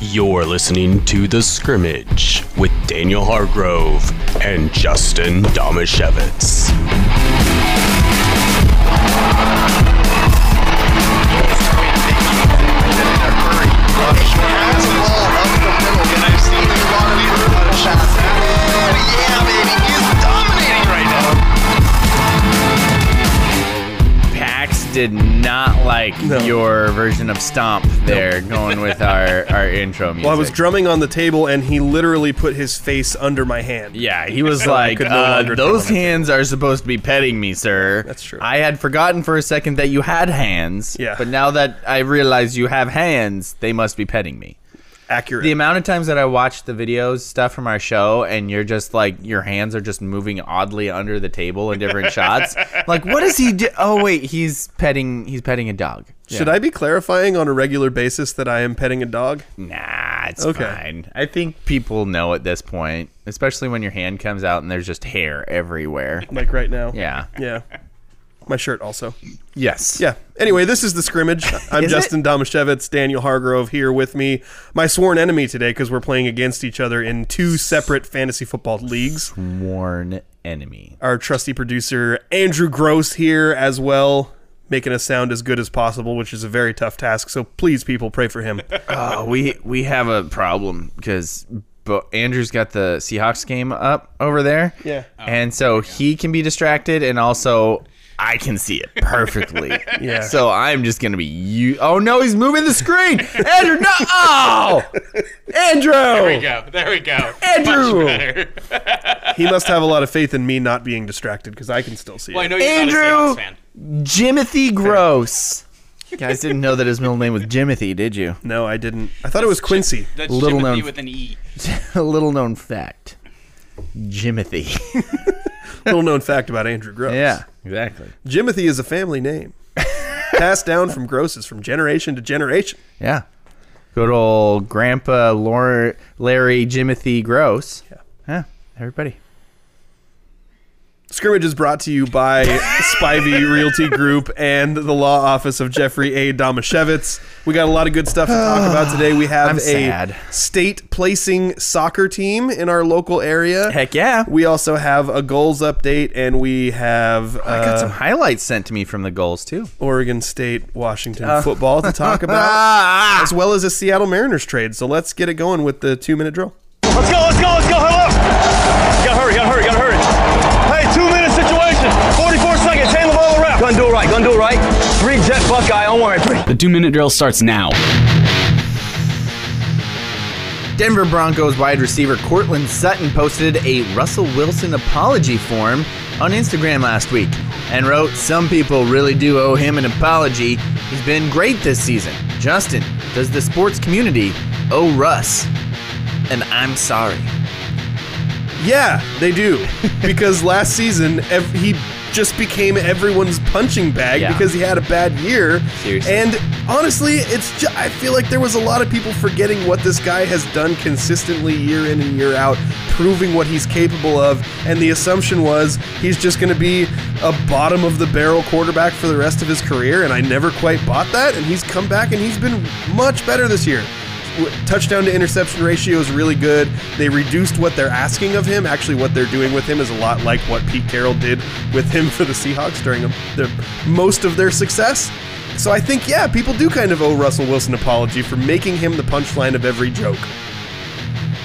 You're listening to The Scrimmage with Daniel Hargrove and Justin Domashevitz. Pax did not like No. your version of Stomp there, going with our, our intro music. Well, I was drumming on the table, and he literally put his face under my hand. yeah, he was I like, could no uh, longer those drum on it." hands are supposed to be petting me, sir. That's true. I had forgotten for a second that you had hands. Yeah. But now that I realize you have hands, they must be petting me. Accurate. The amount of times that I watch the videos, stuff from our show, and you're just like, your hands are just moving oddly under the table in different shots. Like, what is he do? Oh, wait, he's petting, he's petting a dog. Should I be clarifying on a regular basis that I am petting a dog? Mm. Nah, it's Okay. fine. I think people know at this point, especially when your hand comes out and there's just hair everywhere. Like right now? Yeah. Yeah. My shirt also. Yes. Yeah. Anyway, this is the scrimmage. I'm Is it? Justin Domashevitz, Daniel Hargrove here with me. My sworn enemy today because we're playing against each other in two separate fantasy football leagues. Worn enemy. Our trusty producer Andrew Gross here as well, making us sound as good as possible, which is a very tough task. So please, people, pray for him. Oh, we we have a problem because Andrew's got the Seahawks game up over there. Yeah. and so he can be distracted, and also I can see it perfectly. Yeah. So I'm just gonna be you. Oh no, he's moving the screen, Andrew. No, oh, Andrew. we go. There we go. Andrew! Much better. he must have a lot of faith in me not being distracted because I can still see Well, I it. know you're Andrew! not a Seahawks fan. Jimothy Gross. You guys didn't know that his middle name was Jimothy, did you? No, I didn't. I thought it was Quincy. That's Little Little known- with an E. A little known fact. Jimothy. Little known fact about Andrew Gross. yeah, exactly. Jimothy is a family name. Passed down from Grosses from generation to generation. Yeah. Good old Grandpa Lor- Larry Jimothy Gross. Yeah. Everybody. Scrimmage is brought to you by Spivey Realty Group and the law office of Jeffrey A. Domashevitz. We got a lot of good stuff to talk about today. We have I'm a sad. state placing soccer team in our local area. Heck yeah. We also have a goals update, and we have uh, I got some highlights sent to me from the goals too. Oregon State Washington football to talk about. Ah! as well as a Seattle Mariners trade. So let's get it going with the two minute drill. Let's go, let's go, let's go. Hello. Gotta hurry, gotta hurry, gotta hurry. Hey, two minute situation. 44 seconds. Hand the ball around. Gun do it right, gun do it right. Three jet Buckeye. Don't worry. Three. The two minute drill starts now. Denver Broncos wide receiver Cortland Sutton posted a Russell Wilson apology form on Instagram last week and wrote, Some people really do owe him an apology. He's been great this season. Justin, does the sports community owe Russ? And I'm sorry. Yeah, they do. because last season, ev- he just became everyone's punching bag Yeah. because he had a bad year. Seriously. And honestly, it's ju- I feel like there was a lot of people forgetting what this guy has done consistently year in and year out, proving what he's capable of, and the assumption was he's just going to be a bottom of the barrel quarterback for the rest of his career, and I never quite bought that, and he's come back and he's been much better this year. W- Touchdown to interception ratio is really good. They reduced what they're asking of him. Actually, what they're doing with him is a lot like what Pete Carroll did with him for the Seahawks during a, their, most of their success. So I think, yeah, people do kind of owe Russell Wilson an apology for making him the punchline of every joke.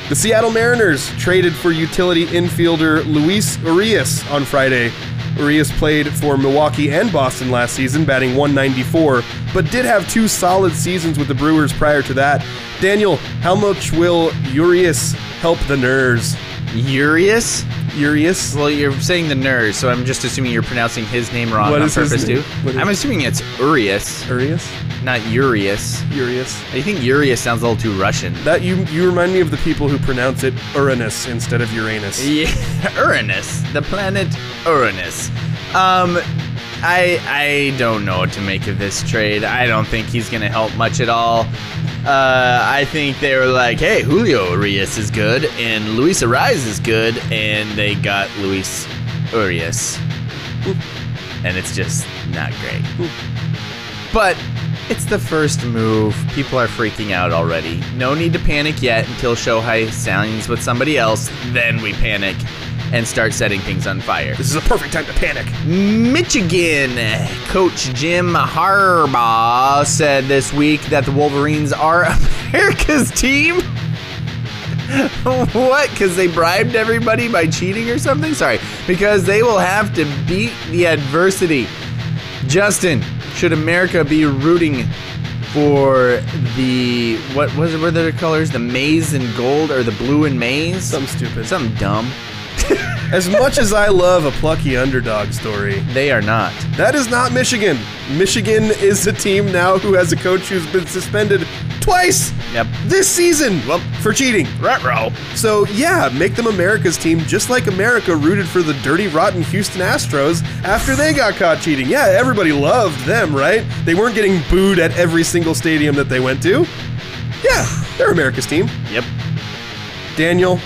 The Seattle Mariners traded for utility infielder Luis Urias on Friday. Urias played for Milwaukee and Boston last season, batting 194, but did have two solid seasons with the Brewers prior to that. Daniel, how much will Urias help the Nerds? Urius? Urias? Well, you're saying the nerd, so I'm just assuming you're pronouncing his name wrong What on is his purpose name? too. What is- I'm assuming it's Urius, Urias? not Urius. Urias. I think Urius sounds a little too Russian. That you you remind me of the people who pronounce it Uranus instead of Uranus. Yeah, Uranus, the planet Uranus. Um, I I don't know what to make of this trade. I don't think he's gonna help much at all. Uh, I think they were like, hey, Julio Urias is good and Luis Ariz is good, and they got Luis Urias, and it's just not great. But It's the first move. People are freaking out already. No need to panic yet until Shohei signs with somebody else. Then we panic and start setting things on fire. This is a perfect time to panic. Michigan coach Jim Harbaugh said this week that the Wolverines are America's team. what? Because they bribed everybody by cheating or something? Sorry. Because they will have to beat the adversity. Justin, should America be rooting for the what was it? Were their colors the maize and gold or the blue and maize? Something stupid. Something dumb. As much as I love a plucky underdog story, They are not. that is not Michigan. Michigan is a team now who has a coach who's been suspended twice Yep. this season for cheating. Retro. So, yeah, make them America's team just like America rooted for the dirty, rotten Houston Astros after they got caught cheating. Yeah, everybody loved them, right? They weren't getting booed at every single stadium that they went to. Yeah, they're America's team. Yep. Daniel,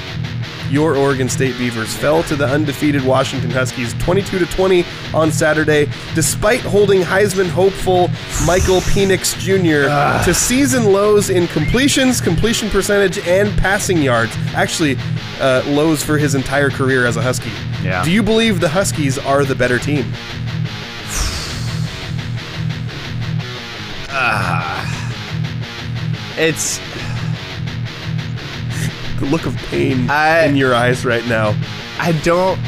your Oregon State Beavers fell to the undefeated Washington Huskies 22 to 20 on Saturday, despite holding Heisman hopeful Michael Penix Jr. Ah. to season lows in completions, completion percentage, and passing yards. Actually, uh, lows for his entire career as a Husky. Yeah. Do you believe the Huskies are the better team? It's The look of pain I- in your eyes right now. I don't.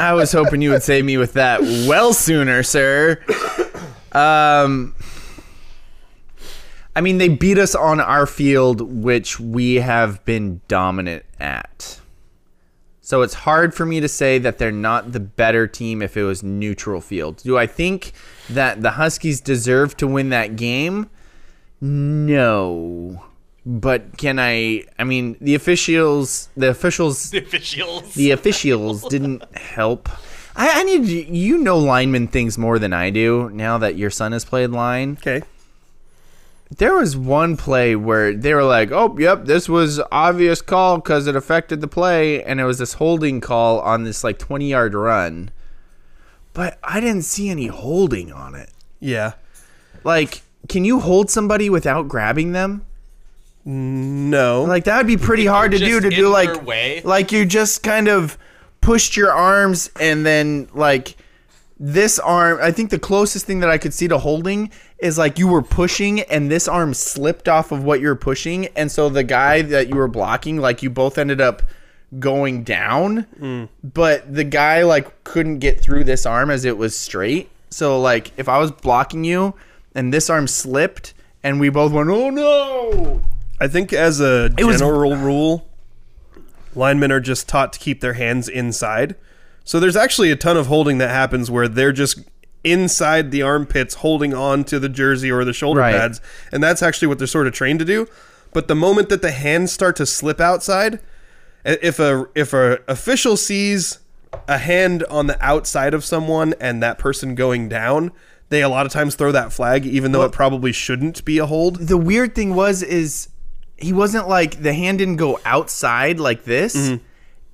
I was hoping you would save me with that well sooner, sir. Um, I mean, they beat us on our field, which we have been dominant at. So it's hard for me to say that they're not the better team if it was neutral field. Do I think that the Huskies deserve to win that game? No. But can I? I mean, the officials, the officials, The officials. the officials didn't help. I, I need you know lineman things more than I do now that your son has played line. Okay. There was one play where they were like, "Oh, yep, this was obvious call because it affected the play," and it was this holding call on this like twenty yard run. But I didn't see any holding on it. Yeah. Like, can you hold somebody without grabbing them? No. Like that would be pretty hard to do just to in do their like way. like you just kind of pushed your arms and then like this arm I think the closest thing that I could see to holding is like you were pushing and this arm slipped off of what you were pushing and so the guy that you were blocking like you both ended up going down Mm. but the guy like couldn't get through this arm as it was straight so like if I was blocking you and this arm slipped and we both went oh no I think as a was- general rule, linemen are just taught to keep their hands inside. So there's actually a ton of holding that happens where they're just inside the armpits holding on to the jersey or the shoulder Right. pads. And that's actually what they're sort of trained to do. But the moment that the hands start to slip outside, i- if a if a official sees a hand on the outside of someone and that person going down, they a lot of times throw that flag even though it probably shouldn't be a hold. the weird thing was is he wasn't like the hand didn't go outside like this.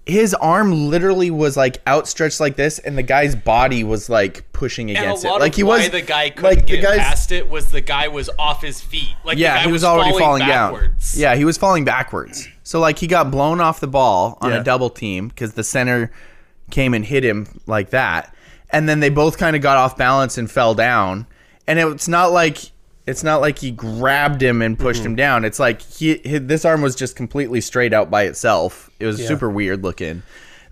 His arm literally was like outstretched like this, and the guy's body was like pushing And a against lot it. Like of he why was the guy couldn't like get the guy's past it was the guy was off his feet. Like the yeah guy he was, already falling, backwards. down. Yeah, he was falling backwards. So like he got blown off the ball on Yeah. a double team because the center came and hit him like that, and then they both kind of got off balance and fell down. And it's not like it's not like he grabbed him and pushed him down. It's like he, he this arm was just completely straight out by itself. It was super weird looking.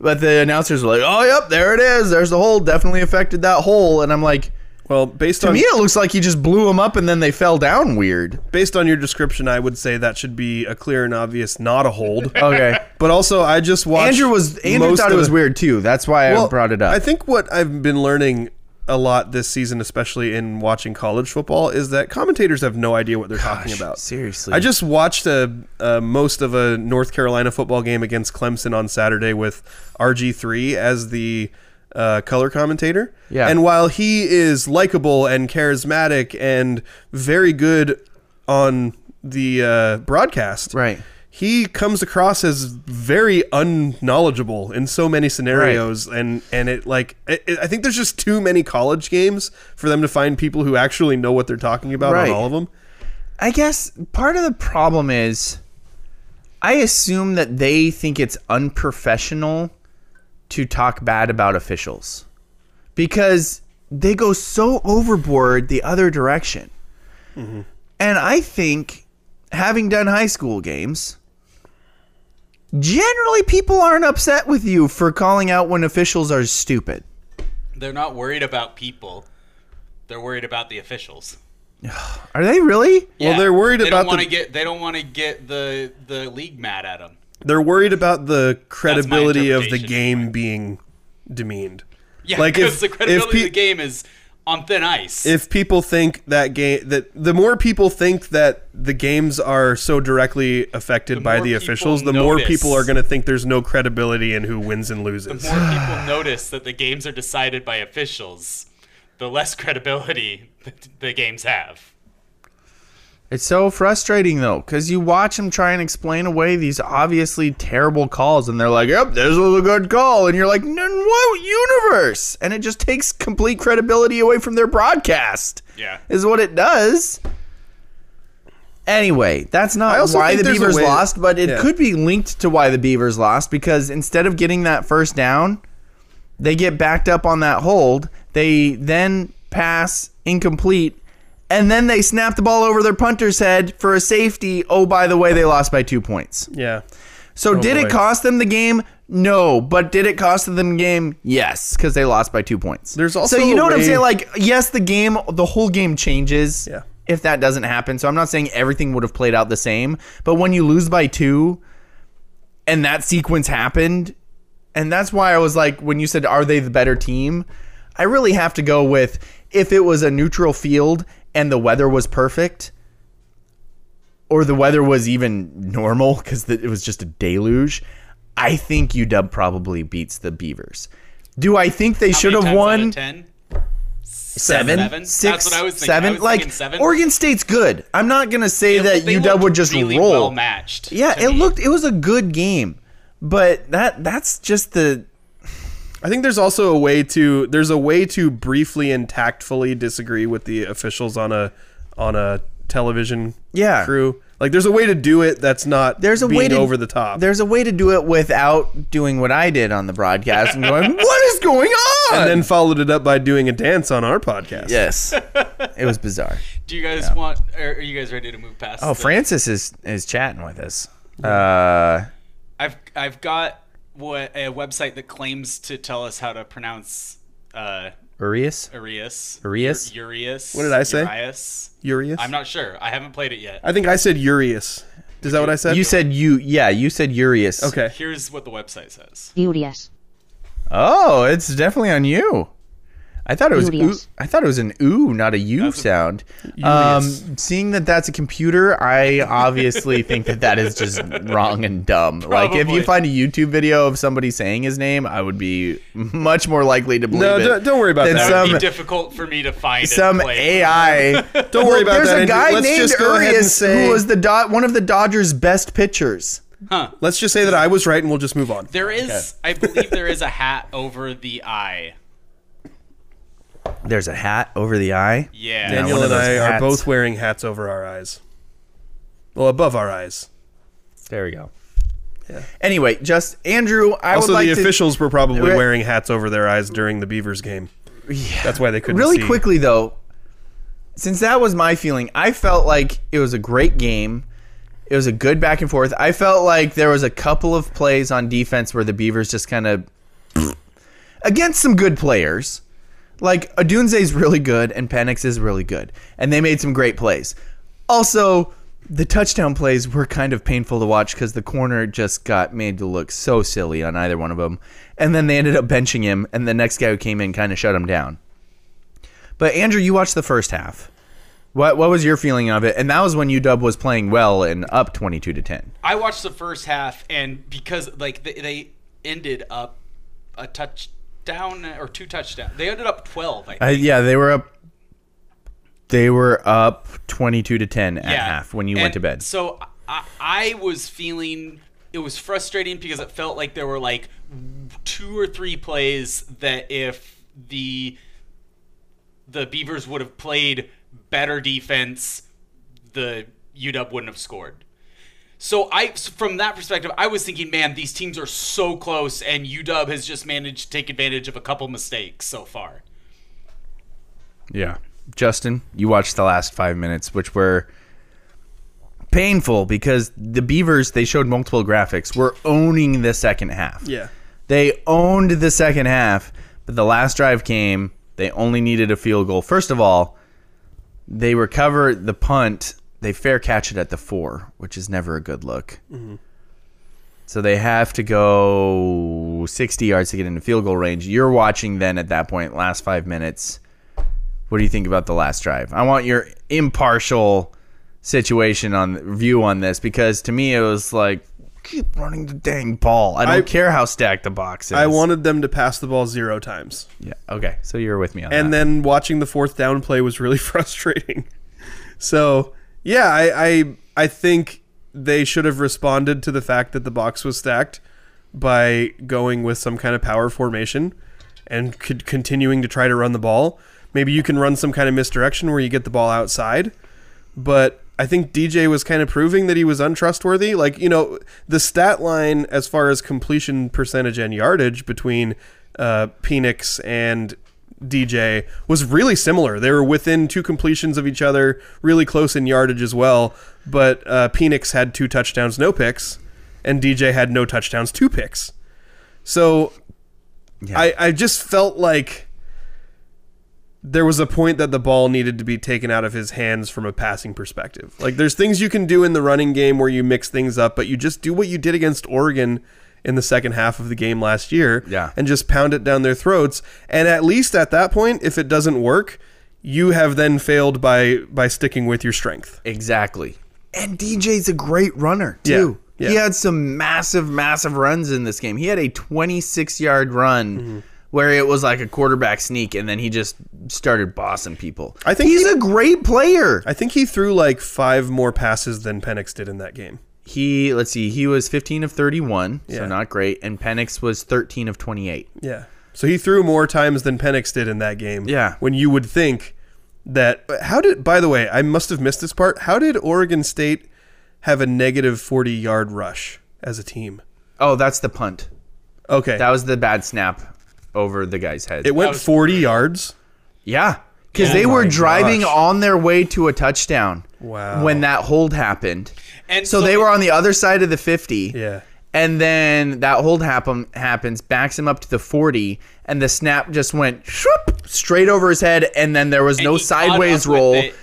But the announcers were like, "Oh, yep, there it is. There's the hole. Definitely affected that hole." And I'm like, Well, based "To on me, it looks like he just blew him up and then they fell down weird." based on your description, I would say that should be a clear and obvious not a hold. Okay. but also, I just watched. Andrew was Andrew most thought it of was the- weird too. That's why Well, I brought it up. I think what I've been learning a lot this season, especially in watching college football, is that commentators have no idea what they're talking about. seriously. I just watched a, uh most of a North Carolina football game against Clemson on Saturday with RG three as the uh, color commentator. Yeah. and while he is likable and charismatic and very good on the uh, broadcast, Right. he comes across as very unknowledgeable in so many scenarios and and it like it, it- i think there's just too many college games for them to find people who actually know what they're talking about Right. on all of them I guess part of the problem is I assume that they think it's unprofessional to talk bad about officials because they go so overboard the other direction. Mm-hmm. And I think, having done high school games, generally people aren't upset with you for calling out when officials are stupid. They're not worried about people. They're worried about the officials. Are they really? Yeah. they're worried they about don't want the- to get they don't want to get the the league mad at them. they're worried about the credibility of the interpretation game being demeaned Yeah, Like, because if- the if credibility pe- of the game is on thin ice. if people think that game that the more people think that the games are so directly affected by more the people officials the more notice. people are going to think there's no credibility in who wins and loses the more people notice that the games are decided by officials, the less credibility that the games have. It's so frustrating though, because you watch them try and explain away these obviously terrible calls, and they're like, "Yep, this was a good call," and you're like, "In what universe?" And it just takes complete credibility away from their broadcast. Yeah. is what it does. Anyway, that's I not also why think the there's a Beavers way- lost, but it Yeah. could be linked to why the Beavers lost because instead of getting that first down, they get backed up on that hold. They then pass incomplete, and then they snap the ball over their punter's head for a safety. Oh, by the way, they lost by two points. yeah So did Oh, boy. it cost them the game? No, but did it cost them the game? Yes, because they lost by two points. There's also so you a know what I'm way- saying? Like yes, the game, the whole game changes. Yeah. If that doesn't happen, so I'm not saying everything would have played out the same, but when you lose by two, and that sequence happened, and that's why I was like, when you said, "Are they the better team?" I really have to go with if it was a neutral field and the weather was perfect or the weather was even normal because it was just a deluge, I think UW probably beats the Beavers. Do I think they How should many have times out of won ten? seven, Seven? six, That's what I was thinking. seven? I was like thinking seven. Oregon State's good. I'm not gonna say that They UW would looked just really roll. Well matched. yeah, to it me. looked it was a good game, but that that's just the I think there's also a way to there's a way to briefly and tactfully disagree with the officials on a on a television Yeah. crew. Like there's a way to do it that's not there's a being way to over the top. There's a way to do it without doing what I did on the broadcast and going, "What is going on?" and then followed it up by doing a dance on our podcast. yes, it was bizarre. Do you guys want? Are, are you guys ready to move past? Oh, the- Francis is is chatting with us. Uh, I've I've got what a website that claims to tell us how to pronounce uh, Urias. Urias. Urias? Urias. did I say? Urias. Urius. I'm not sure. I haven't played it yet. I think I said Urius. Is that what I said? You said you, yeah, you said Urias. okay. Here's what the website says. Urias. Oh, it's definitely on you. I thought it was ooh, Urias. I thought it was an ooh, not a u sound. Um, seeing that that's a computer, I obviously think that that is just wrong and dumb. Like if Probably. you find a YouTube video of somebody saying his name, I would be much more likely to believe No, it. don't- don't worry about than that. That would some- be difficult for me to find. some and play. AI. Don't worry about There's that, a Andrew. guy Let's named just go ahead and Urias say- who was the Do- one of the Dodgers' best pitchers. Let's just say that I was right and we'll just move on. There is, I believe, there is a hat over the eye. There's a hat over the eye. Yeah. Yeah. Daniel one of and I those are hats. both wearing hats over our eyes. Well, above our eyes. There we go. Anyway, just Andrew, I Also, would like the to officials were probably Re- wearing hats over their eyes during the Beavers game. That's why they couldn't really see. quickly though. Since that was my feeling, I felt like it was a great game. It was a good back and forth. I felt like there was a couple of plays on defense where the Beavers just kind of against some good players. Like Adunze's really good and Penix is really good, and they made some great plays. Also, the touchdown plays were kind of painful to watch because the corner just got made to look so silly on either one of them, and then they ended up benching him, and the next guy who came in kind of shut him down. But Andrew, you watched the first half. What what was your feeling of it? And that was when UW was playing well and up twenty two to ten. I watched the first half, and because like they, they ended up a touchdown or two touchdowns, they ended up twelve. I think. Uh, yeah, they were up. They were up twenty two to ten at half when you went And to bed. So I, I was feeling it was frustrating because it felt like there were like two or three plays that if the the Beavers would have played better defense, the UW wouldn't have scored. So I, from that perspective, I was thinking, man, these teams are so close, and UW has just managed to take advantage of a couple mistakes so far. Yeah. Justin, you watched the last five minutes, which were painful because the Beavers, they showed multiple graphics, were owning the second half. Yeah. They owned the second half, but the last drive came. They only needed a field goal. First of all, they recover the punt. They fair catch it at the four, which is never a good look. So they have to go 60 yards to get into field goal range. You're watching then at that point, last five minutes. What do you think about the last drive? I want your impartial situation on view on this because to me it was like keep running the dang ball. I don't I- care how stacked the box is. I wanted them to pass the ball zero times. Yeah. Okay. So you're with me on and that. then watching the fourth down play was really frustrating. So yeah, I, I I think they should have responded to the fact that the box was stacked by going with some kind of power formation and could, continuing to try to run the ball. Maybe you can run some kind of misdirection where you get the ball outside, but I think DJ was kind of proving that he was untrustworthy. Like, you know, the stat line as far as completion percentage and yardage between uh, Penix and DJ was really similar. They were within two completions of each other, really close in yardage as well. But uh, Penix had two touchdowns, no picks, and DJ had no touchdowns, two picks. So I, I just felt like there was a point that the ball needed to be taken out of his hands from a passing perspective. Like there's things you can do in the running game where you mix things up, but you just do what you did against Oregon in the second half of the game last year Yeah. and just pound it down their throats. And at least at that point, if it doesn't work, you have then failed by by sticking with your strength. exactly. And DJ's a great runner too. Yeah, He yeah. had some massive, massive runs in this game. He had a 26 yard run Mm-hmm. where it was like a quarterback sneak, and then he just started bossing people. I think he's he- a great player. I think he threw like five more passes than Penix did in that game. He let's see, he was 15 of 31, so Yeah. not great, and Penix was 13 of 28. Yeah. So he threw more times than Penix did in that game. Yeah. When you would think that how did by the way, I must have missed this part. How did Oregon State have a negative 40 yard rush as a team? Oh, that's the punt. Okay. That was the bad snap over the guy's head. it went 40 yards. Yeah. Because they were driving on their way to a touchdown. Wow. When that hold happened. And so, they were on the other side of the 50. Yeah. And then that hold happen, happens, backs him up to the 40, and the snap just went shroop, straight over his head, and then there was no he caught sideways up with roll. it.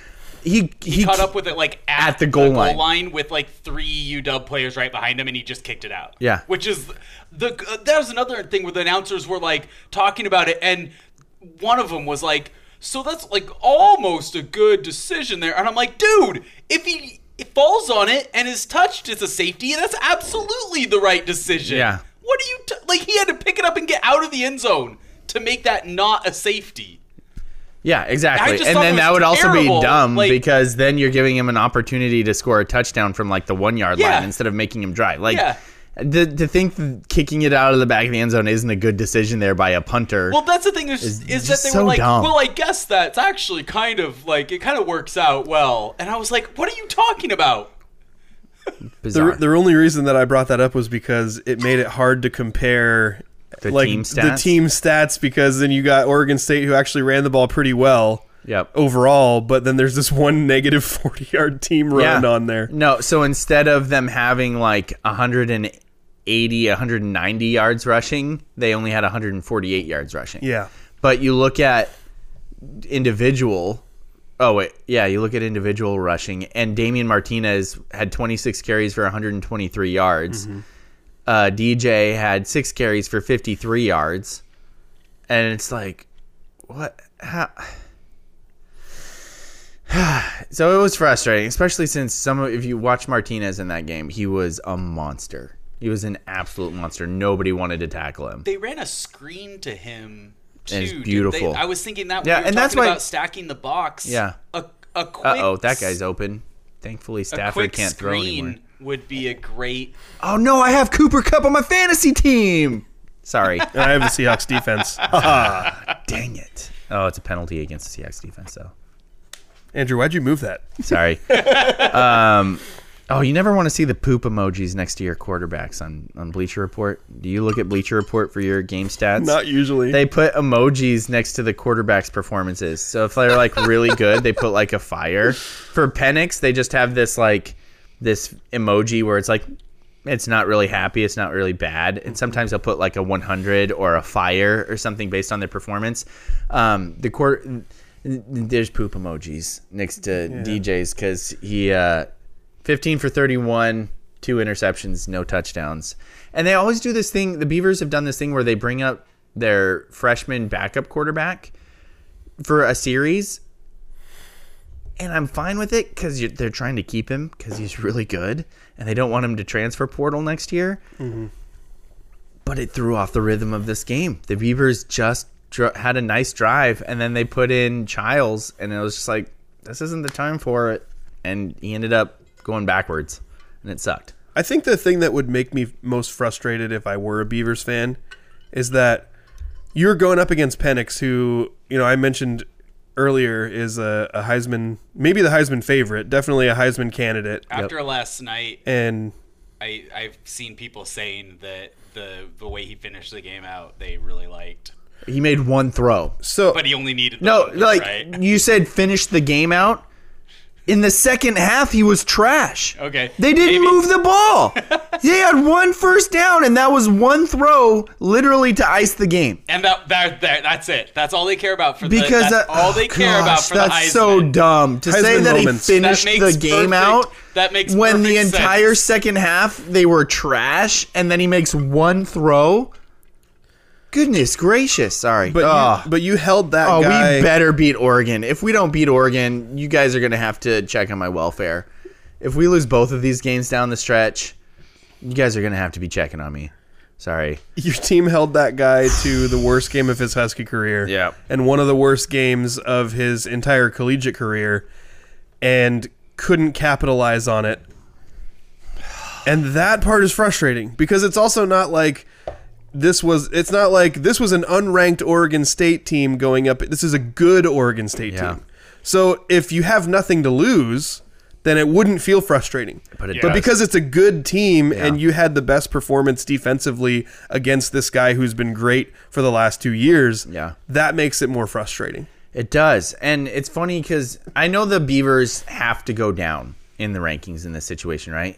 He, he, Caught up with it like at, At the goal line. with like three UW players right behind him, and he just kicked it out. Yeah. which is the uh, that was another thing where the announcers were like talking about it, and one of them was like, "So that's like almost a good decision there," and I'm like, "Dude, if he." falls on it and is touched. It's a safety, and that's absolutely the right decision. Yeah. What are you t- like? He had to pick it up and get out of the end zone to make that not a safety. Yeah, exactly. just And thought then it was that would also terrible, be dumb like- because then you're giving him an opportunity to score a touchdown from like the one yard Yeah. line instead of making him drive. Like Yeah. to, to think that kicking it out of the back of the end zone isn't a good decision there by a punter. Well, that's the thing is, is, that just they so were like, dumb. well, I guess that's actually kind of like it kind of works out well. And I was like, what are you talking about? Bizarre. The, the only reason that I brought that up was because it made it hard to compare The like team the stats? team stats because then you got Oregon State who actually ran the ball pretty well Yep. overall, but then there's this one negative 40 yard team run on there. No, so instead of them having like 180, 190 yards rushing, they only had 148 yards rushing. Yeah. But you look at individual. Oh wait, yeah, you look at individual rushing, and Damian Martinez had 26 carries for 123 yards. Uh, DJ had six carries for 53 yards, and it's like, what? How? so it was frustrating, especially since some of if you watch Martinez in that game, he was a monster. He was an absolute monster. Nobody wanted to tackle him. They ran a screen to him. Too, it's dude. They- beautiful. I was thinking that. Yeah, Yeah, we were and that's talking why- about stacking the box. Yeah. A, a quick. Uh oh, that guy's open. Thankfully, a Stafford quick can't throw screen anymore. would be a great. Oh no, I have Cooper Cup on my fantasy team. Sorry. Ah, I have the Seahawks defense. Dang it. Oh, it's a penalty against the Seahawks defense, though. Andrew, why'd you move that? Sorry. um, oh, you never want to see the poop emojis next to your quarterbacks on, on Bleacher Report. Do you look at Bleacher Report for your game stats? Not usually. They put emojis next to the quarterbacks' performances. So if they're like really good, they put like a fire. For Penix, they just have this like this emoji where it's like it's not really happy, it's not really bad, and sometimes they'll put like a 100 or a fire or something based on their performance. Um, the quarter there's poop emojis next to DJ's because he uh, 15 for 31, two interceptions, no touchdowns. And they always do this thing. The Beavers have done this thing where they bring up their freshman backup quarterback for a series. And I'm fine with it because they're trying to keep him because he's really good and they don't want him to transfer portal next year. But it threw off the rhythm of this game. The Beavers just dr- had a nice drive and then they put in Childs and it was just like, this isn't the time for it. And he ended up going backwards and it sucked. I think the thing that would make me most frustrated if I were a Beavers fan is that you're going up against Penix, who you know I mentioned earlier is a, a Heisman, maybe the Heisman favorite, definitely a Heisman candidate, After last night, and I I've seen people saying that the the way he finished the game out, they really liked. He made one throw. so But he only needed the No, one, like right? you said, finish the game out. In the second half, he was trash. Okay, They didn't maybe. move the ball. they had one first down, and that was one throw literally to ice the game. and that, that that that's it. That's all they care about for the. Because That's uh, all they oh, care about gosh, for the That's so Heisman. dumb to say Heisman that moments. he That finished the makes game perfect- out. that makes when the perfect entire sense. second half they were trash, and then he makes one throw. Goodness gracious! Sorry, but Ugh. you, but you held that Oh, guy. we better beat Oregon. If we don't beat Oregon, you guys are going to have to check on my welfare. If we lose both of these games down the stretch, you guys are going to have to be checking on me. Sorry. your team held that guy to the worst game of his Husky career. Yeah. And one of the worst games of his entire collegiate career and couldn't capitalize on it. And that part is frustrating because it's also not like this was it's not like this was an unranked Oregon State team going up. This is a good Oregon State Yeah. team. So if you have nothing to lose, then it wouldn't feel frustrating. But it but does. because it's a good team and you had the best performance defensively against this guy who's been great for the last two years, Yeah. that makes it more frustrating. It does. And it's funny because I know the Beavers have to go down in the rankings in this situation, right?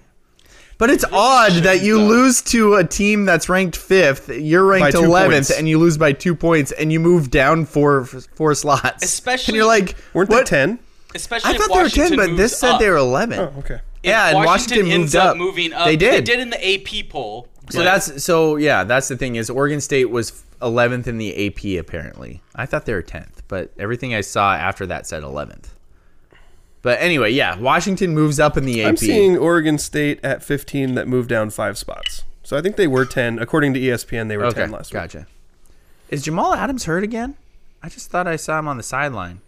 But it's odd that you lose to a team that's ranked fifth, you're ranked By two 11th, points. and you lose by two points, and you move down four four slots. Especially- and you're like, Weren't what? they ten? Especially I if thought they were Washington ten, but this moves said up. they were eleven. Oh, Okay. Yeah, and Washington, ends moved up, up. moving up. They did. They did in the AP poll. So that's so yeah. That's the thing is Oregon State was 11th in the AP apparently. I thought they were 10th, but everything I saw after that said 11th. But anyway, yeah, Washington moves up in the AP. I'm seeing Oregon State at fifteen that moved down five spots. So I think they were ten. According to E ESPN, they were okay, ten last week. gotcha. Is Jamal Adams hurt again? I just thought I saw him on the sideline.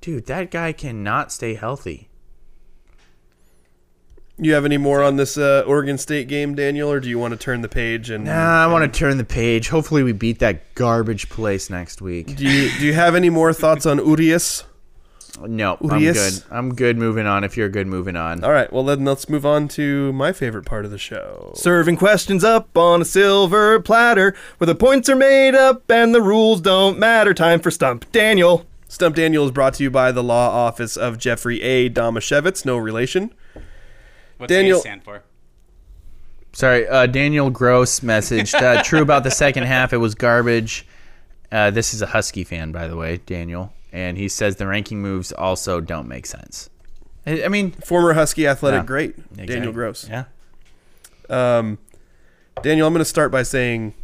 Dude, that guy cannot stay healthy. You have any more on this uh, Oregon State game, Daniel, or do you want to turn the page and Ah, I want to turn the page. Hopefully, we beat that garbage place next week. do you do you have any more thoughts on Urias? No, Urias? I'm good. I'm good moving on. If you're good moving on. All right, well then let's move on to my favorite part of the show. Serving questions up on a silver platter where the points are made up and the rules don't matter. Time for Stump Daniel. Stump Daniel is brought to you by the law office of Jeffrey A. Domashevitz, no relation. What's A Daniel- stand for? Sorry, uh, Daniel Gross messaged uh, true about the second half. It was garbage. Uh, this is a Husky fan, by the way, Daniel, and he says the ranking moves also don't make sense. I, I mean, Former Husky athletic Yeah. great, Daniel exactly. Gross. Yeah, Daniel, I'm going to start by saying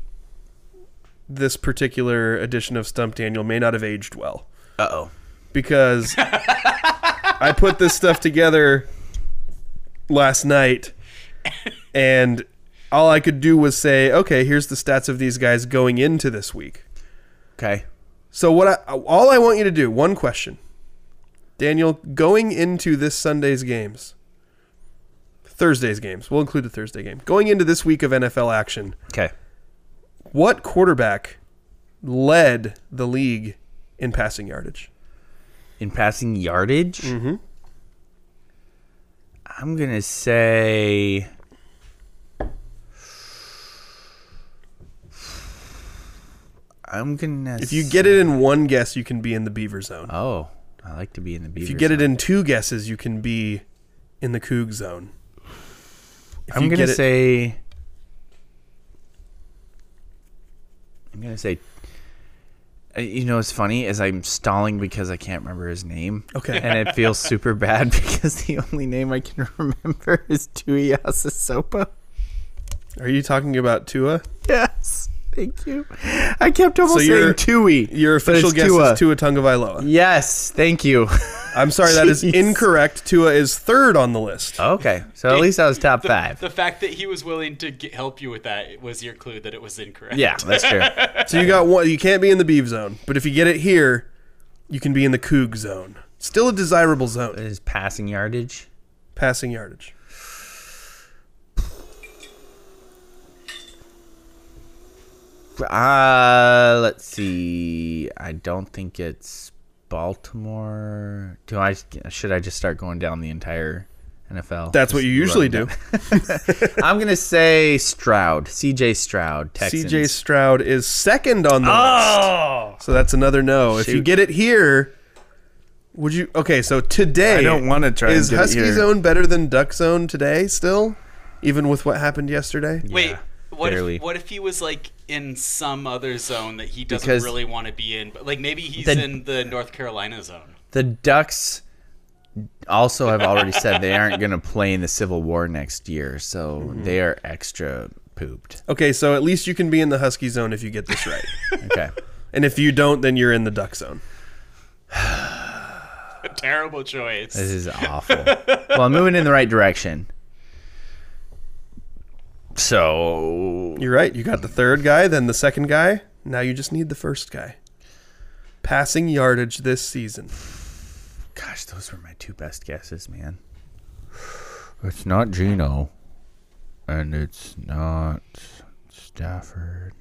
this particular edition of Stump Daniel may not have aged well. Uh Uh-oh. Because I put this stuff together last night, and all I could do was say, okay, here's the stats of these guys going into this week. okay. So what I all I want you to do, one question. Daniel, going into this Sunday's games, Thursday's games. We'll include the Thursday game. Going into this week of NFL action, Okay. what quarterback led the league in passing yardage? In passing yardage, Mm-hmm. I'm going to say. I'm going to. If you get it in one guess, you can be in the Beaver zone. Oh, I like to be in the Beavers. If you get it in two guesses, you can be in the Coog zone. If I'm you gonna get it- say. I'm gonna say. Uh, You know, it's funny as I'm stalling because I can't remember his name. Okay. and it feels super bad because the only name I can remember is Tui Asasopa. Are you talking about Tua? Yes, thank you. I kept almost your- saying Tui. Your but official it's guess Tua. is Tua Tungavailoa. Yes, thank you. I'm sorry, that is Jeez. incorrect. Tua is third on the list. okay, so at least I was top five. The fact that he was willing to get, help you with that was your clue that it was incorrect. yeah, that's true. So you got one. You can't be in the Beav zone, but if you get it here, you can be in the Coog zone. Still a desirable zone. Is passing yardage? Passing yardage. Uh, let's see. I don't think it's Baltimore. Do I? Should I just start going down the entire NFL? That's what Just you usually run do. down- I'm gonna say Stroud, C.J. Stroud, Texans. CJ Stroud is second on the list. So that's another no. If you Shoot. get it here, would you? Okay, so today. I don't wanna try and Is get it Husky here. Zone better than Duck Zone today still? Even with what happened yesterday? Wait, what barely. if, what if he was like in some other zone that he doesn't Because- really want to be in? But like maybe he's The- in the North Carolina zone. The Ducks also have already said they aren't gonna play in the Civil War next year, so Mm-hmm. they are extra pooped. Okay, so at least you can be in the Husky Zone if you get this right. Okay. and if you don't, then you're in the Duck Zone. A terrible choice. This is awful. well, I'm moving in the right direction. So You're right. You got the third guy, then the second guy. Now you just need the first guy. Passing yardage this season. Gosh, those were my two best guesses, man. It's not Gino, and it's not Stafford.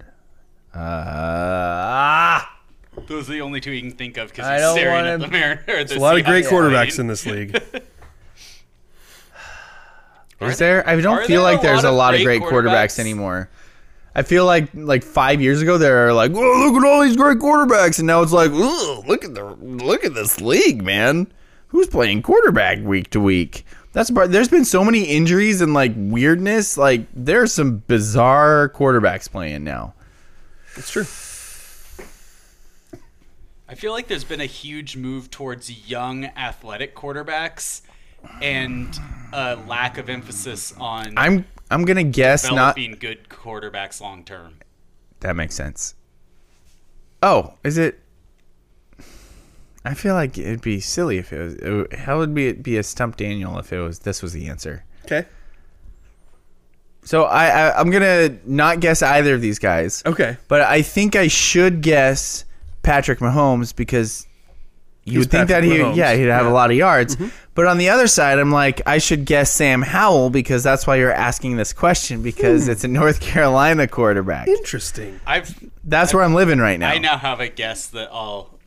Uh, ah! Those are the only two you can think of because I he's don't staring wanna- at the mirror. There's A lot of great quarterbacks in this league. Is there? I don't are feel there like a there's lot a of lot of great great quarterbacks quarterbacks? anymore. I feel like like five years ago they were like, "Whoa, look at all these great quarterbacks," and now it's like, "Ooh, look at the look at this league, man. Who's playing quarterback week to week?" That's the part. There's been so many injuries and like weirdness. Like there's some bizarre quarterbacks playing now. It's true. I feel like there's been a huge move towards young athletic quarterbacks and a lack of emphasis on I'm I'm gonna guess not. developing good quarterbacks long term. That makes sense. Oh, is it? I feel like it'd be silly if it was. It, would- how would be it be a stump Daniel if it was this was the answer? Okay. So I, I I'm gonna not guess either of these guys. Okay. But I think I should guess Patrick Mahomes because you would think that Patrick he Mahomes. Mm-hmm. yeah he'd have a lot of yards. But on the other side, I'm like I should guess Sam Howell because that's why you're asking this question because Hmm. it's a North Carolina quarterback. Interesting. I've That's where I'm living right now. I now have a guess that all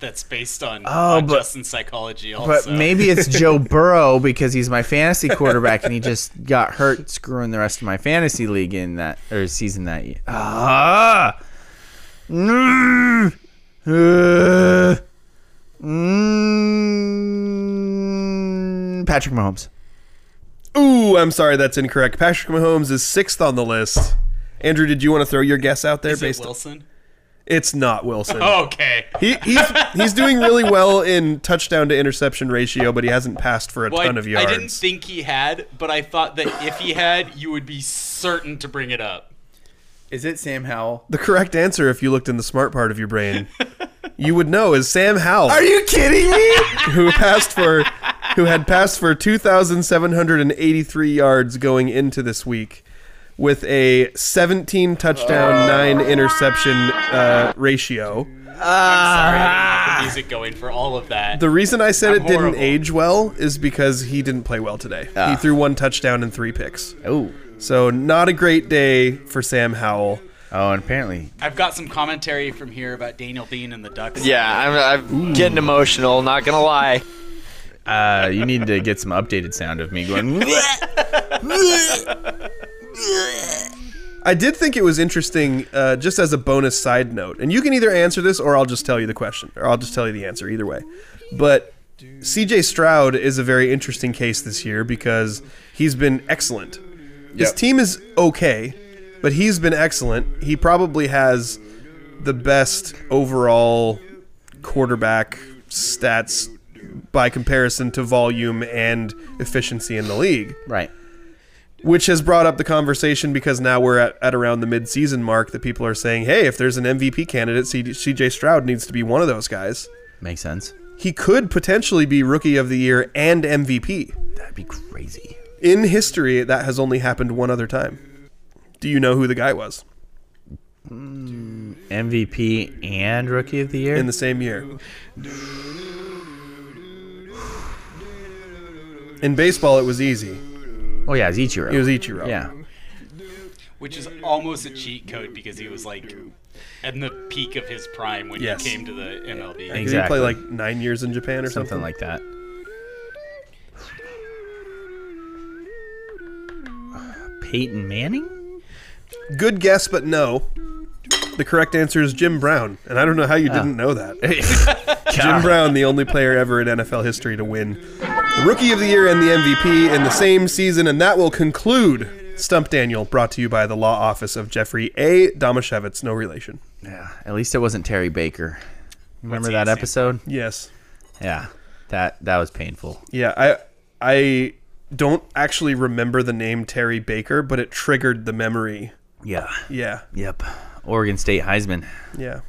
that's based on, Oh, on but- Justin's psychology But also. maybe it's Joe Burrow because he's my fantasy quarterback and he just got hurt screwing the rest of my fantasy league in that or season that year. Ah. Mm. Uh. Mm. Patrick Mahomes. Ooh, I'm sorry, that's incorrect. Patrick Mahomes is sixth on the list. Andrew, did you want to throw your guess out there? is it based Wilson? it's not Wilson. Okay. He, he's he's doing really well in touchdown to interception ratio, but he hasn't passed for a Well, ton I, of I yards. didn't think he had, but I thought that if he had, you would be certain to bring it up. Is it Sam Howell? the correct answer, if you looked in the smart part of your brain, you would know is Sam Howell, Are you kidding me? who passed for who had passed for 2,783 yards going into this week. With a 17 touchdown, 9 interception uh, ratio. I'm sorry, I didn't have the music going for all of that. The reason I said I'm it didn't horrible. age well is because he didn't play well today. Ah. He threw one touchdown and three picks. Oh. So not a great day for Sam Howell. Oh, and apparently. I've got some commentary from here about Daniel Dean and the Ducks. Yeah, I'm, I'm getting emotional. Not gonna lie. Uh, you need to get some updated sound of me going. I did think it was interesting, uh, just as a bonus side note, and you can either answer this or I'll just tell you the question, or I'll just tell you the answer, either way. But CJ Stroud is a very interesting case this year because he's been excellent. His Yep. team is okay, but he's been excellent. He probably has the best overall quarterback stats by comparison to volume and efficiency in the league right. which has brought up the conversation because now we're at, at around the mid-season mark that people are saying, hey, if there's an MVP candidate, CJ Stroud needs to be one of those guys. Makes sense. He could potentially be Rookie of the Year and MVP. That'd be crazy. In history, that has only happened one other time. Do you know who the guy was MVP and Rookie of the Year. in the same year? In baseball, it was easy. oh yeah, it's Ichiro. It was Ichiro. Yeah. Which is almost a cheat code because he was like in the peak of his prime when Yes. he came to the MLB. Did he Exactly. play like nine years in Japan or something? Something like that. Peyton Manning? Good guess, but no. The correct answer is Jim Brown, and I don't know how you didn't know that. Jim Brown, the only player ever in NFL history to win the Rookie of the Year and the MVP in the same season, and that will conclude Stump Daniel, brought to you by the law office of Jeffrey A. Domashevitz, no relation. Yeah. At least it wasn't Terry Baker. Remember he that saying? episode? Yes. Yeah. That that was painful. Yeah, I I don't actually remember the name Terry Baker, but it triggered the memory. Yeah. Yeah, Yep. Oregon State Heisman. yeah.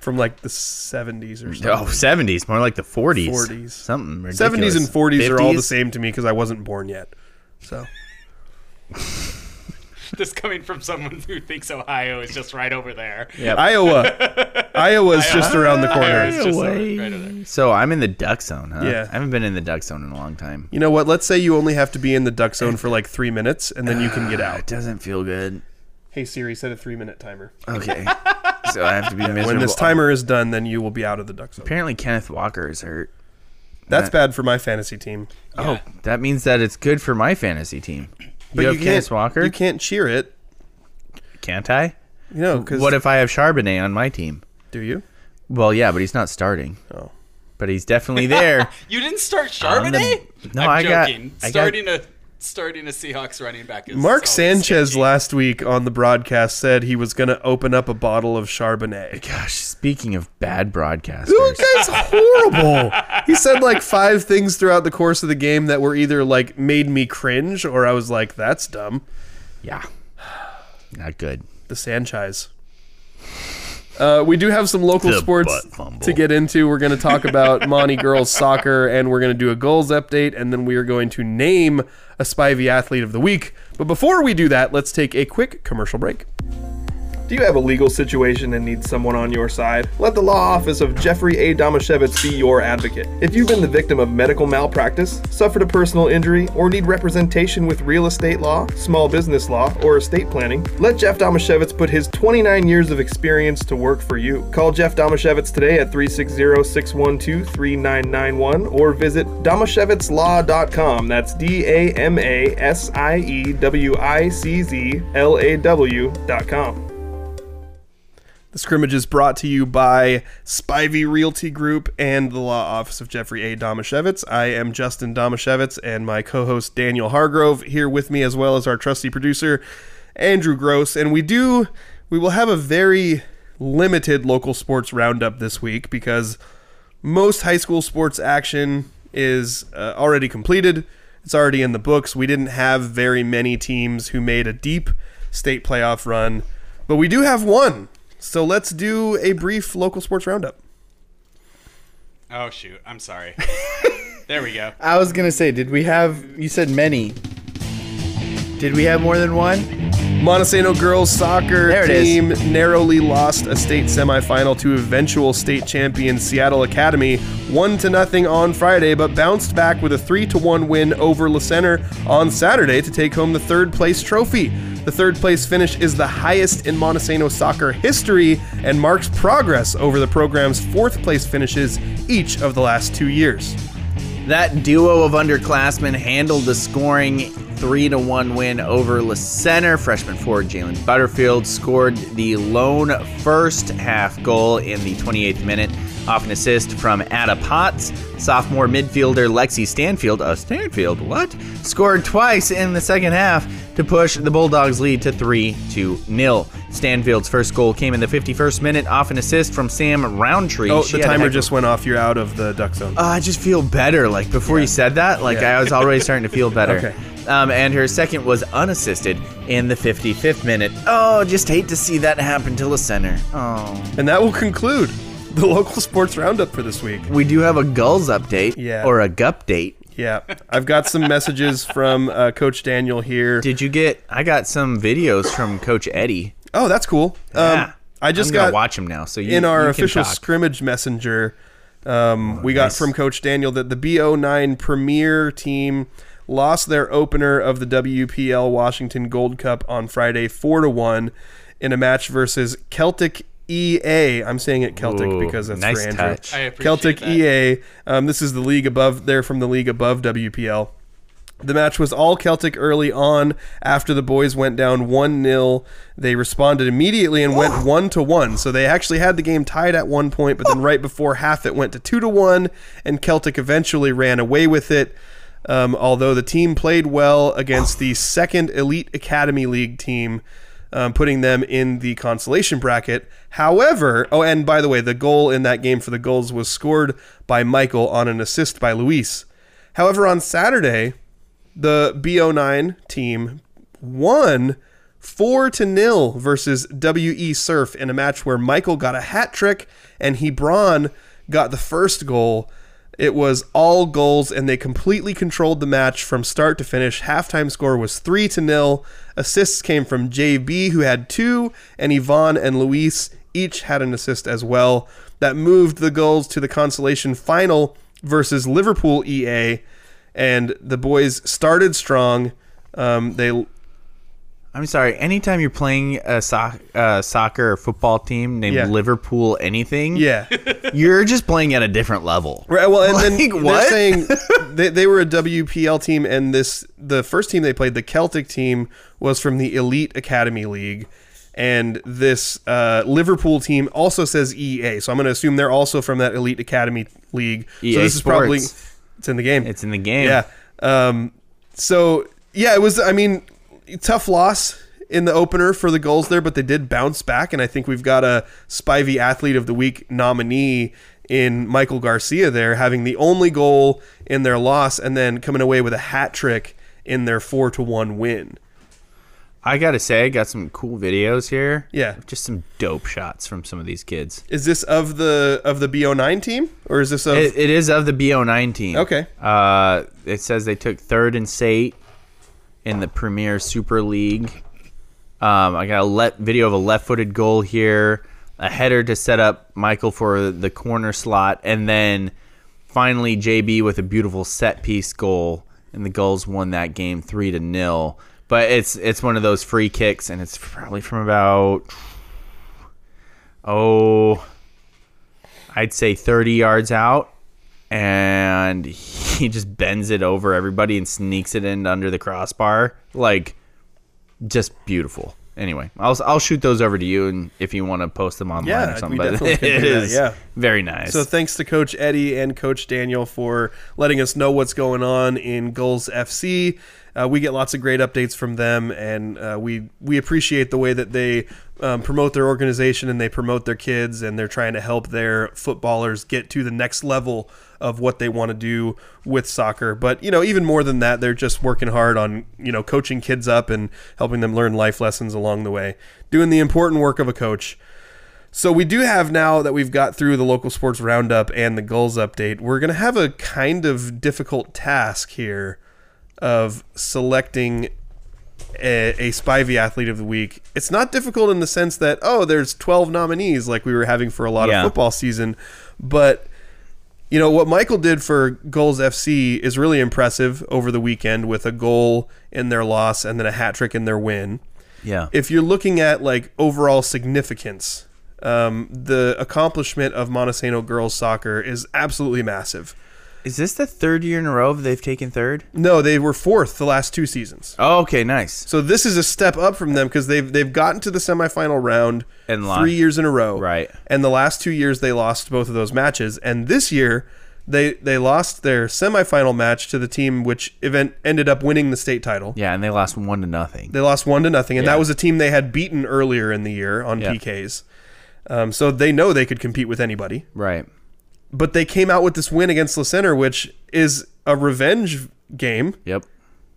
From like the 70s or something. Oh, 70s, more like the 40s. 40s. Something ridiculous. Seventies and forties are all the 50s? same to me because I wasn't born yet. So This coming from someone who thinks Ohio is just right over there. Yeah, Iowa, Iowa's just around the Ohio is corner. just over, right over there. So I'm in the duck zone, huh? Yeah. I haven't been in the duck zone in a long time. You know what? Let's say you only have to be in the duck zone for like three minutes, and then you can get Uh, It out. doesn't feel good. Hey Siri, set a three-minute timer. Okay. so I have to be miserable. When this timer is done, then you will be out of the duck zone. Apparently Kenneth Walker is hurt. That's bad for my fantasy team. Oh, that means that it's good for my fantasy team. But you have can't- Kenneth Walker? You can't cheer it. Can't I? You know, because What if I have Charbonnet on my team? do you? Well, yeah, but he's not starting. Oh. But he's definitely there. You didn't start On the- Charbonnet? No, I'm I got- joking. I got- starting a starting a Seahawks running back is Mark always Oh, Sanchez sketchy. last week on the broadcast said he was going to open up a bottle of Charbonnet. Gosh, speaking of bad broadcasters. Dude, guy's horrible. He said like five things throughout the course of the game that were either like made me cringe or I was like, that's dumb. Yeah. Not good. The Sanchez. Uh, we do have some local The sports butt fumble. to get into. We're going to talk about Monty girls soccer, and we're going to do a goals update, and then we are going to name a Spivey athlete of the week. But before we do that, let's take a quick commercial break. Do you have a legal situation and need someone on your side? Let the law office of Jeffrey A. Domashevitz be your advocate. If you've been the victim of medical malpractice, suffered a personal injury, or need representation with real estate law, small business law, or estate planning, let Jeff Domashevitz put his 29 years of experience to work for you. Call Jeff Domashevitz today at 360 612 3991 or visit domashevitzlaw.com. That's D A M A S I E W I C Z L A W.com. The scrimmage is brought to you by Spivey Realty Group and the law office of Jeffrey A. Domashevitz. I am Justin Domashevitz and my co host Daniel Hargrove here with me, as well as our trusty producer, Andrew Gross. And we do, we will have a very limited local sports roundup this week because most high school sports action is uh, already completed. It's already in the books. We didn't have very many teams who made a deep state playoff run, but we do have one. So let's do a brief local sports roundup. Oh shoot, I'm sorry. there we go. I was gonna say, did we have? You said many. Did we have more than one? Montesano girls soccer There it is. team narrowly lost a state semifinal to eventual state champion Seattle Academy, one to nothing on Friday, but bounced back with a three to one win over La Center on Saturday to take home the third place trophy. The third place finish is the highest in Montesano soccer history and marks progress over the program's fourth place finishes each of the last two years. That duo of underclassmen handled the scoring 3 to 1 win over La Center. Freshman forward Jalen Butterfield scored the lone first half goal in the 28th minute off an assist from Ada Potts. Sophomore midfielder Lexi Stanfield, uh, Stanfield, what? Scored twice in the second half to push the Bulldogs' lead to 3 to nil. Stanfield's first goal came in the 51st minute off an assist from Sam Roundtree. Oh, She the had a timer heck- just went off. You're out of the duck zone. uh, I just feel better. Like before you said that, like I was already starting to feel better. Okay. Um, and her second was unassisted in the 55th minute. Oh, just hate to see that happen to the center. Oh. And that will conclude the local sports roundup for this week. We do have a gulls update Yeah. or a gup date. Yeah, I've got some messages from uh, Coach Daniel here. Did you get? I got some videos from Coach Eddie. oh, that's cool. Um, Yeah. I just I'm gonna got watch him now. So you, in our you can official talk. Oh, scrimmage messenger. Um, we got from Coach Daniel that the BO9 Premier team lost their opener of the WPL Washington Gold Cup on Friday, four to one, in a match versus Celtic EA. I'm saying it Celtic Ooh, because that's nice for Andrew. touch. I appreciate Celtic that. EA. Um, this is the league above. They're from the league above WPL. The match was all Celtic early on. After the boys went down 1 0, they responded immediately and went 1 to 1. So they actually had the game tied at one point, but then right before half it went to 2 to 1, and Celtic eventually ran away with it. Um, although the team played well against the second Elite Academy League team, um, putting them in the consolation bracket. However, oh, and by the way, the goal in that game for the goals was scored by Michael on an assist by Luis. However, on Saturday, the BO9 team won four to nil versus WE Surf in a match where Michael got a hat trick and Hebron got the first goal. It was all goals, and they completely controlled the match from start to finish. Halftime score was three to nil. Assists came from JB, who had two, and Yvonne and Luis each had an assist as well. That moved the goals to the consolation final versus Liverpool E EA and the boys started strong. Um, they I'm sorry. Anytime you're playing a soc- uh, soccer or football team named Yeah. Liverpool anything, yeah. you're just playing at a different level. Right, well, and then Like, they're what? saying they, they were a WPL team, and this the first team they played, the Celtic team, was from the Elite Academy League, and this uh, Liverpool team also says EA. So I'm going to assume they're also from that Elite Academy League. so EA this is probably E Sports. it's in the game. It's in the game. Yeah. Um, so yeah, it was. I mean, tough loss in the opener for the goals there, but they did bounce back, and I think we've got a Spivey Athlete of the Week nominee in Michael Garcia there, having the only goal in their loss, and then coming away with a hat trick in their four to one win. I gotta say, I got some cool videos here. Yeah. just some dope shots from some of these kids. Is this of the of the BO9 team, or is this of? It, it is of the BO9 team. Okay. Uh, it says they took third in state in the Premier Super League. Um, I got a let video of a left-footed goal here, a header to set up Michael for the corner slot, and then finally JB with a beautiful set piece goal, and the goals won that game three to nil. But it's it's one of those free kicks, and it's probably from about oh, I'd say thirty yards out, and he just bends it over everybody and sneaks it in under the crossbar, like just beautiful. Anyway, I'll I'll shoot those over to you, and if you want to post them online Yeah, or we something, definitely but can it do that, is yeah. very nice. So thanks to Coach Eddie and Coach Daniel for letting us know what's going on in Goals FC. Uh, we get lots of great updates from them, and uh, we we appreciate the way that they um, promote their organization and they promote their kids, and they're trying to help their footballers get to the next level of what they want to do with soccer. But you know, even more than that, they're just working hard on you know coaching kids up and helping them learn life lessons along the way, doing the important work of a coach. So we do have now that we've got through the local sports roundup and the goals update, we're going to have a kind of difficult task here of selecting a, a Spivey Athlete of the Week, it's not difficult in the sense that oh, there's 12 nominees like we were having for a lot Yeah. of football season, but you know what Michael did for Goals FC is really impressive over the weekend with a goal in their loss and then a hat trick in their win Yeah. if you're looking at like overall significance, um, the accomplishment of Montesano girls soccer is absolutely massive. Is this the third year in a row they've taken third? No, they were fourth the last two seasons. Oh, okay, nice. So this is a step up from them because they've they've gotten to the semifinal round And lost. three years in a row. Right. And the last two years they lost both of those matches. And this year they they lost their semifinal match to the team which event ended up winning the state title. Yeah, and they lost one to nothing. They lost one to nothing, and that was a team they had beaten earlier in the year on Yeah. PKs. Um, so they know they could compete with anybody. Right. But they came out with this win against Le Center, which is a revenge game. Yep.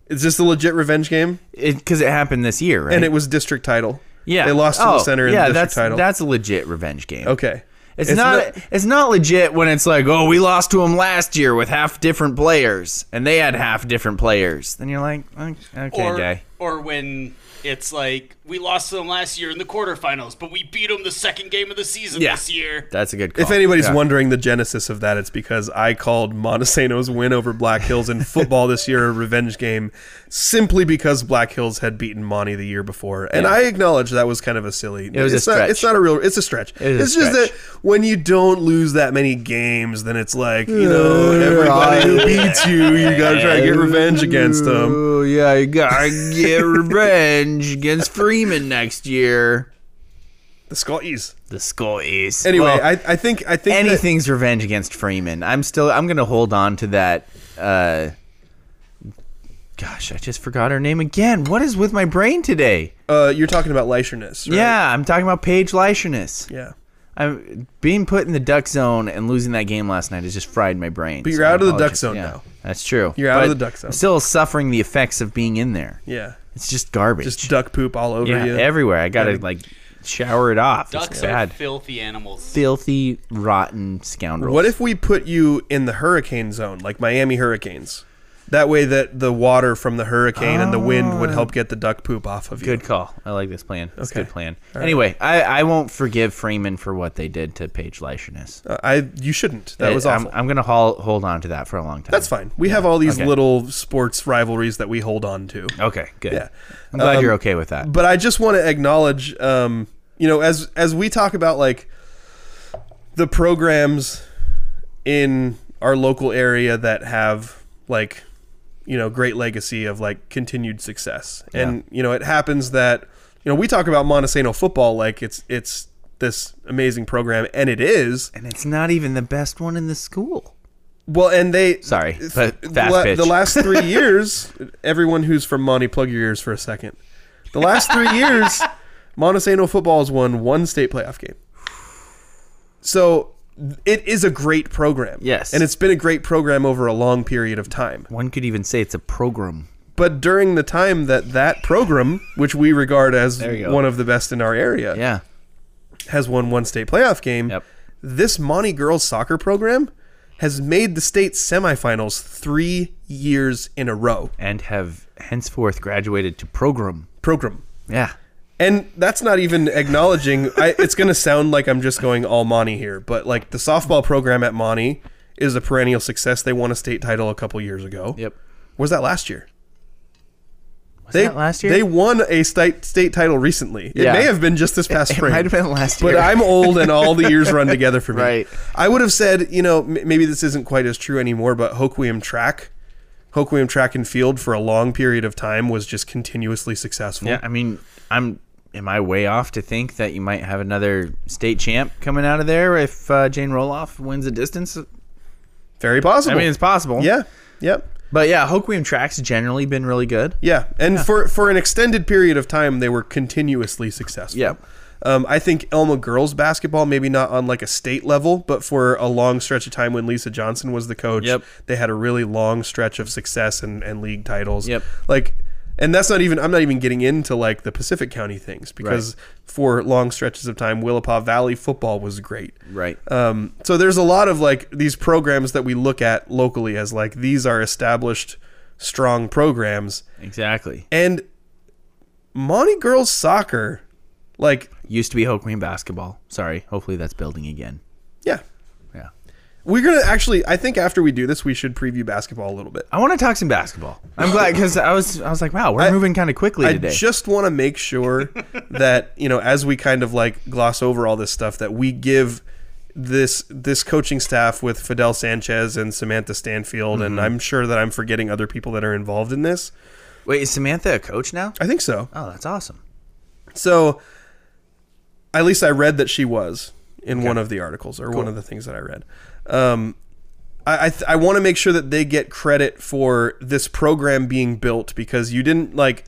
Is this a legit revenge game? Because it, happened this year, right? And it was district title. yeah, they lost to oh, Le Center in yeah, the district that's title. that's a legit revenge game. okay. It's, not, it's not legit when it's like, oh, we lost to them last year with half different players, and they had half different players. Then you're like, okay, okay, or, guy. or when it's like we lost to them last year in the quarterfinals, but we beat them the second game of the season Yeah. this year. That's a good call. If anybody's Oh, Yeah. wondering the genesis of that, it's because I called Montesano's win over Black Hills in football this year a revenge game simply because Black Hills had beaten Monty the year before. And I acknowledge that was kind of a silly. It was a it's not, stretch. It's not a real. It's a stretch. is a it's just stretch. that when you don't lose that many games, then it's like, you know, everybody who beats you, you got to try to get revenge against them. Oh yeah, you gotta get revenge against Freeman next year. The Scotties. The skull is Anyway, Well, I, I think I think that- anything's revenge against Freeman. I'm still I'm gonna hold on to that. Uh, gosh, I just forgot her name again. What is with my brain today? uh, you're talking about Leisherness, right? Yeah, I'm talking about Paige Leisherness. Yeah. I'm being put in the duck zone and losing that game last night has just fried my brain. But you're out of the duck zone now. That's true. You're out of But the duck zone. I'm still suffering the effects of being in there. Yeah. It's just garbage. Just duck poop all over yeah, you. everywhere. I gotta like shower it off. it's Ducks are bad. filthy animals. Filthy, rotten scoundrels. What if we put you in the hurricane zone, like Miami hurricanes? That way, that the water from the hurricane and the wind would help get the duck poop off of you. Good call. I like this plan. It's a Okay. good plan. Anyway, I, I won't forgive Freeman for what they did to Paige Leisherness. Uh, I you shouldn't. That was I'm, awful. I'm gonna haul, hold on to that for a long time. That's fine. We have all these okay. little sports rivalries that we hold on to. Okay, good. Yeah. I'm glad Um, you're okay with that. But I just want to acknowledge, um, you know, as as we talk about like the programs in our local area that have like you know great legacy of like continued success, and you know it happens that you know we talk about Montesano football like it's it's this amazing program, and it is. and it's not even the best one in the school. Well, and they Sorry, but the fast la- pitch. The last three years, everyone who's from Monty, plug your ears for a second. The last three years, Montesano football has won one state playoff game. So it is a great program. Yes. and it's been a great program over a long period of time. One could even say it's a program. But during the time that that program, which we regard as you go. one of the best in our area, Yeah. has won one state playoff game. Yep. This Monty girls soccer program has made the state semifinals three years in a row. And have henceforth graduated to program. Program. Yeah. And that's not even acknowledging. I, it's going to sound like I'm just going all Monty here, but like the softball program at Monty is a perennial success. They won a state title a couple years ago. Yep. Was that last year? they, that last year? They won a state state title recently. It Yeah. may have been just this past It spring. might have been last year. But I'm old, and all the years run together for me. Right. I would have said, you know, m- maybe this isn't quite as true anymore, but Hoquiam track, Hoquiam track and field for a long period of time was just continuously successful. Yeah, I mean, I'm. Am I way off to think that you might have another state champ coming out of there if uh, Jane Roloff wins a distance? Very possible. I mean, it's possible. yeah, yep, but yeah, Hoquiam tracks generally been really good. yeah. And for for an extended period of time, they were continuously successful. Yep. Um, I think Elma girls basketball, maybe not on like a state level, but for a long stretch of time when Lisa Johnson was the coach, Yep. they had a really long stretch of success and, and league titles. Yep. Like, and that's not even, I'm not even getting into like the Pacific County things because for long stretches of time, Willapa Valley football was great. Right. Um, so there's a lot of like these programs that we look at locally as like these are established, strong programs. exactly. And Monty Girls Soccer, like, Used to be Hope Queen basketball. Sorry. Hopefully that's building again. yeah. Yeah. We're going to actually, I think after we do this, we should preview basketball a little bit. I want to talk some basketball. I'm glad because I was I was like, wow, we're moving kind of quickly I today. just want to make sure that you know, as we kind of like gloss over all this stuff, that we give this this coaching staff with Fidel Sanchez and Samantha Stanfield, and I'm sure that I'm forgetting other people that are involved in this. Wait, is Samantha a coach now? I think so. Oh, that's awesome. So, at least I read that she was in one of the articles or one of the things that I read. Um, I I, th- I want to make sure that they get credit for this program being built because you didn't like,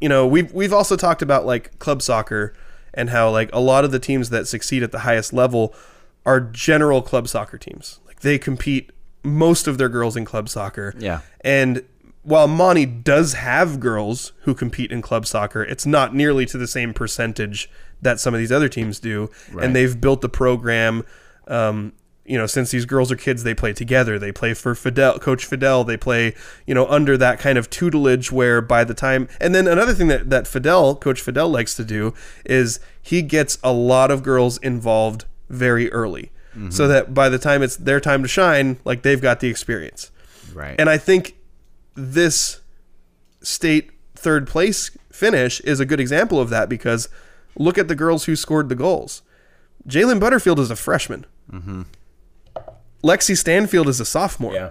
you know, we've we've also talked about like club soccer and how like a lot of the teams that succeed at the highest level are general club soccer teams. Like they compete most of their girls in club soccer. Yeah. And while Monty does have girls who compete in club soccer, it's not nearly to the same percentage that some of these other teams do. And they've built the program. Um, you know, since these girls are kids, they play together. They play for Fidel, Coach Fidel. They play, you know, under that kind of tutelage where by the time. And then another thing that, that Fidel, Coach Fidel likes to do is he gets a lot of girls involved very early. So that by the time it's their time to shine, like they've got the experience. Right. And I think this state third place finish is a good example of that because look at the girls who scored the goals. Jalen Butterfield is a freshman. Lexi Stanfield is a sophomore. Mm-hmm. Yeah.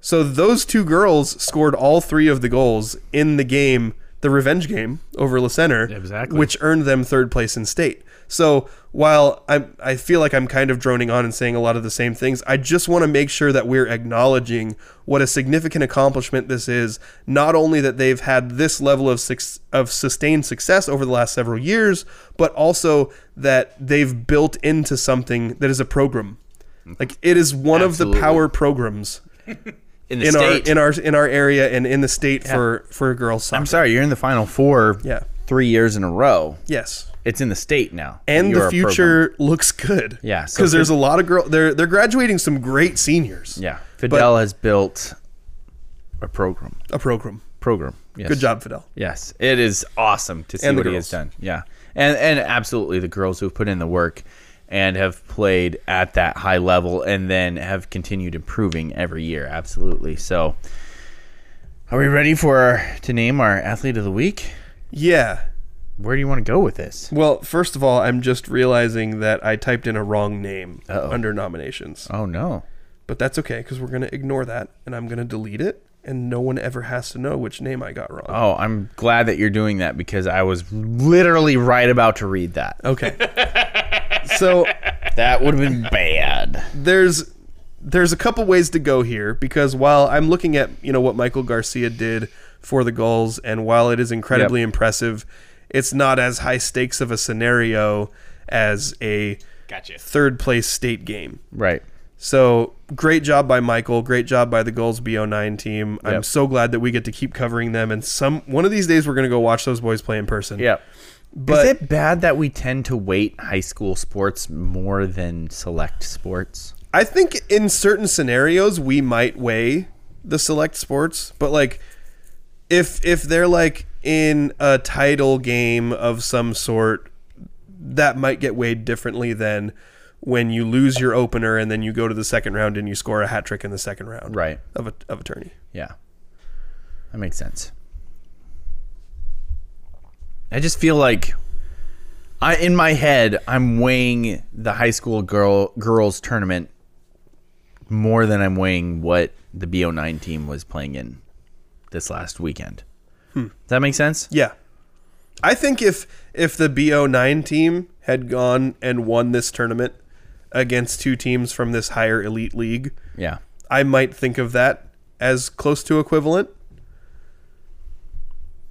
So those two girls scored all three of the goals in the game, the revenge game over La Center, Exactly. which earned them third place in state. So while I I feel like I'm kind of droning on and saying a lot of the same things, I just want to make sure that we're acknowledging what a significant accomplishment this is. Not only that they've had this level of suc- of sustained success over the last several years, but also that they've built into something that is a program. Like it is one of Absolutely. the power programs in the in our state. in our in our area and in the state for for girls soccer. I'm sorry, you're in the final four. Yeah. Three years in a row. Yes. It's in the state now. And You're the a future looks good. Yeah, so Because there's a good. lot of girl they're they're graduating some great seniors. program. Yeah. Fidel has built a program. A program. Program. Yes. Good job, Fidel. Yes, it is awesome to see And the what he has girls. done. Yeah, and and absolutely the girls who've put in the work and have played at that high level and then have continued improving every year. Absolutely. So, are we ready for our, to name our athlete of the week? Yeah. Where do you want to go with this? Well, first of all, I'm just realizing that I typed in a wrong name Uh-oh. under nominations. Oh no, But that's okay because we're gonna ignore that and I'm gonna delete it and no one ever has to know which name I got wrong. oh I'm glad that you're doing that because I was literally right about to read that. Okay. so That would have been bad. there's there's a couple ways to go here because while I'm looking at you know what Michael Garcia did for the goals and while it is incredibly Yep. impressive, it's not as high stakes of a scenario as a Gotcha. third place state game. Right. So great job by Michael. Great job by the Goals BO9 team. I'm Yep. so glad that we get to keep covering them. And some one of these days we're gonna go watch those boys play in person. Yeah. But is it bad that we tend to weight high school sports more than select sports? I think in certain scenarios we might weigh the select sports, but like if if they're like in a title game of some sort, that might get weighed differently than when you lose your opener and then you go to the second round and you score a hat trick in the second round Right. of a of a tourney. Yeah. That makes sense. I just feel like I in my head I'm weighing the high school girl girls tournament more than I'm weighing what the BO9 team was playing in this last weekend. Does that make sense? Yeah. I think if if the BO9 team had gone and won this tournament against two teams from this higher elite league, Yeah. I might think of that as close to equivalent.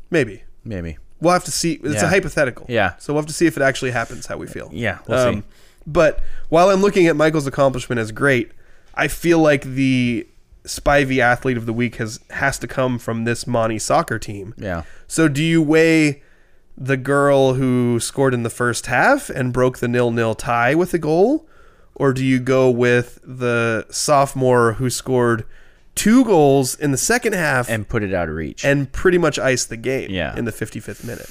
Maybe. Maybe. We'll have to see. It's Yeah. a hypothetical. Yeah. So we'll have to see if it actually happens how we feel. Um, Yeah, we'll see. But while I'm looking at Michael's accomplishment as great, I feel like the Spivey athlete of the week has has to come from this Monty soccer team. Yeah. So do you weigh the girl who scored in the first half and broke the nil-nil tie with a goal, or do you go with the sophomore who scored two goals in the second half and, and put it out of reach. pretty much iced the game Yeah. in the 55th minute.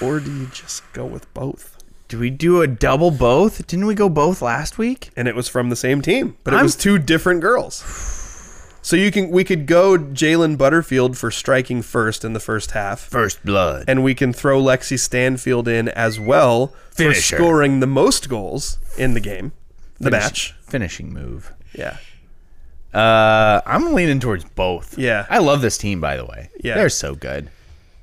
Or do you just go with both? Did we do a double both? Didn't we go both last week? And it was from the same team, but it I'm- was two different girls. So you can we could go Jalen Butterfield for striking first in the first half. First blood. and we can throw Lexi Stanfield in as well Finish her. for scoring the most goals in the game, the match. Finishing move. Yeah, Uh, I'm leaning towards both. Yeah. I love this team, by the way. Yeah. They're so good.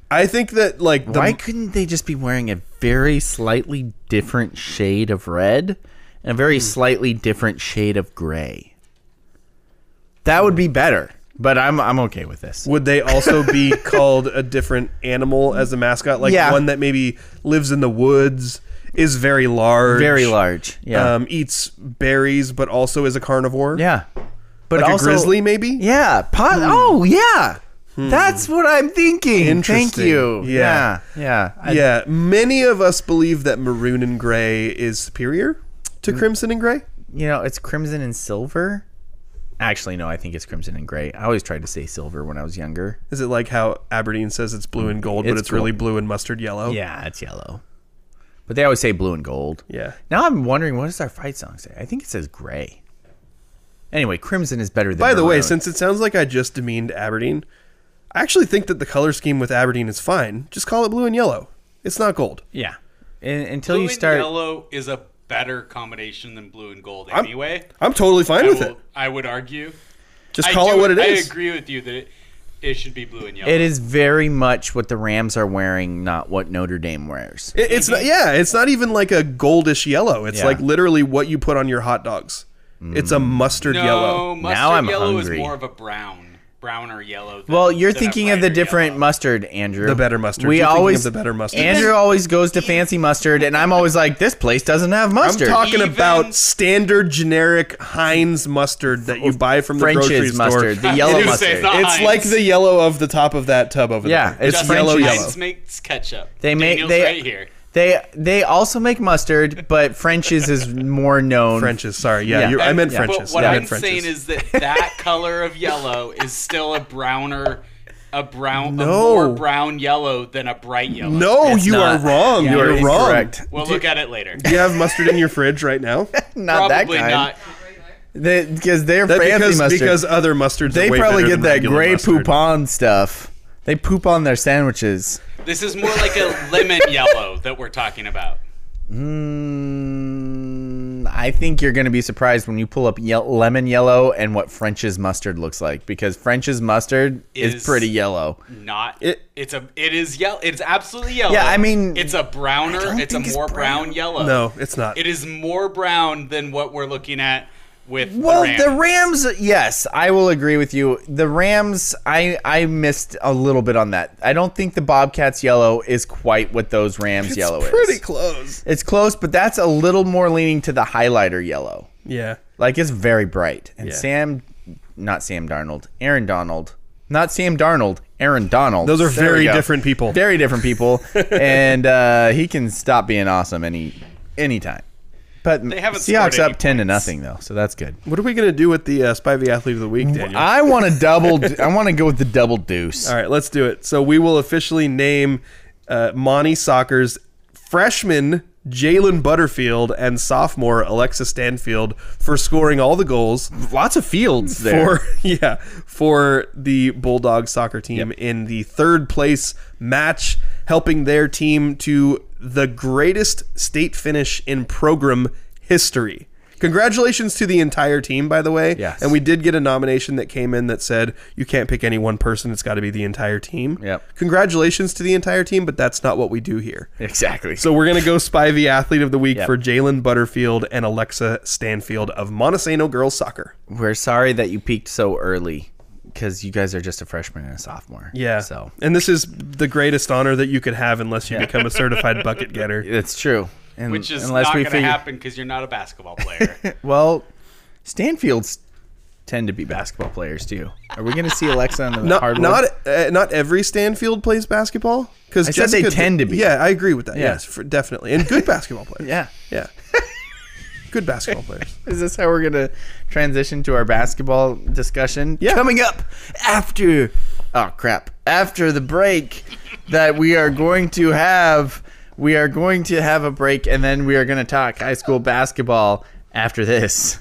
I think that like the Why couldn't they just be wearing a very slightly different shade of red and a very Hmm. slightly different shade of gray? That would be better, but I'm I'm okay with this. would they also be called a different animal as a mascot, like Yeah. one that maybe lives in the woods, is very large, Very large. Yeah. um, eats berries, but also is a carnivore. yeah. But like also a grizzly Hmm. maybe. Yeah. Pot. Oh, yeah. That's what I'm thinking. Thank Interesting. you. Yeah. Yeah. Yeah. I- Yeah, many of us believe that maroon and gray is superior Mm. to crimson and gray. you know, it's crimson and silver. Actually, no, I think it's crimson and gray. I always tried to say silver when I was younger. Is it like how Aberdeen says it's blue and gold, but It's it's really blue and mustard yellow? Yeah, it's yellow. But they always say blue and gold. Yeah. Now I'm wondering what does our fight song say? I think it says gray. Anyway, crimson is better than By the way, maroon. since it sounds like I just demeaned Aberdeen, I actually think that the color scheme with Aberdeen is fine. Just call it blue and yellow. It's not gold. yeah, And- until Blue you start and yellow is a better combination than blue and gold I'm- anyway. I'm totally fine I with will- it. I would argue. Just I call do- it what it is. I agree with you that it, it should be blue and yellow. it is very much what the Rams are wearing, not what Notre Dame wears. It- it's not, yeah, it's not even like a goldish yellow. It's Yeah. like literally what you put on your hot dogs. It's a mustard no, yellow. mustard Now I'm yellow hungry. is more of a brown, browner yellow. Than, Well, you're than a thinking of the brighter different yellow. mustard, Andrew. The better mustard. We You're thinking of always the better mustard. Andrew always goes to fancy mustard, and I'm always like, this place doesn't have I'm mustard. talking Even- about standard generic Heinz mustard that you buy from the grocery French's store. mustard, the I yellow was gonna say, mustard. it's not It's Heinz. like the yellow of the top of that tub over Yeah, there. it's Just French yellow, like yellow. Heinz makes ketchup. They make- Daniel's they- right here. They they also make mustard, but French's is more known. French's. Sorry, yeah, Yeah. You're, I meant Yeah. French's. But what I I'm meant French's. saying is that that color of yellow is still a browner, a brown, a No. more brown yellow than a bright yellow. no, It's you not. are wrong. Yeah, You're it's wrong. correct. We'll look at it later. Do you have mustard in your fridge right now? not Probably that kind. not. Because they, are That fancy because mustard. because other mustards. they are way probably better get than that regular gray mustard. poupon stuff. They poop on their sandwiches. This is more like a lemon yellow that we're talking about. Mm, I think you're going to be surprised when you pull up ye- lemon yellow and what French's mustard looks like because French's mustard is, Is- pretty yellow. Not It- It's a. It is yellow. It's absolutely yellow. Yeah, I mean, it's a browner. It's a think it's more brown. yellow. No, it's not. it is more brown than what we're looking at with. Well, the, the Rams. Rams, yes, I will agree with you. The Rams, I I missed a little bit on that. I don't think the Bobcats yellow is quite what those Rams yellow Pretty is. close. It's close, but that's a little more leaning to the highlighter yellow. Yeah. Like it's very bright. And Yeah. Sam, not Sam Darnold, Aaron Donald, not Sam Darnold, Aaron Donald. Those are There we very go. different people. Very different people, and uh, he can stop being awesome any anytime. But haven't Seahawks scored any up ten to points. nothing though, so that's good. What are we gonna do with the uh, Spivey athlete of the Mm, week, Daniel? I want to double. I want to go with the double deuce. All right, let's do it. So we will officially name uh, Monty Soccer's freshman Jalen Butterfield and sophomore Alexa Stanfield for scoring all the goals Lots of fields for yeah for the Bulldog soccer team in the third place match, helping their team to the greatest state finish in program history. Congratulations to the entire team, by the way. Yes. And we did get a nomination that came in that said you can't pick any one person; it's got to be the entire team. Yep. Congratulations to the entire team, but that's not what we do here. exactly. So So we're gonna go Spivey Athlete of the Week Yep. for Jalen Butterfield and Alexa Stanfield of Montesano Girls Soccer. we're sorry that you peaked so early because you guys are just a freshman and a sophomore. Yeah. So and this is the greatest honor that you could have unless you become a certified bucket getter. it's true. And which is not going to happen because you're not a basketball player. Well, Stanfields tend to be basketball players too. Are we going to see Alexa on the Not hardwood? not uh, not every Stanfield plays basketball because I said they tend to be. Yeah, I agree with that. Yeah. Yes, for, definitely, and good basketball players. yeah. yeah. Good basketball players. Is this how we're gonna transition to our basketball discussion? Yeah. Coming up after oh crap. After the break that we are going to have we are going to have a break and then we are gonna talk high school basketball after this.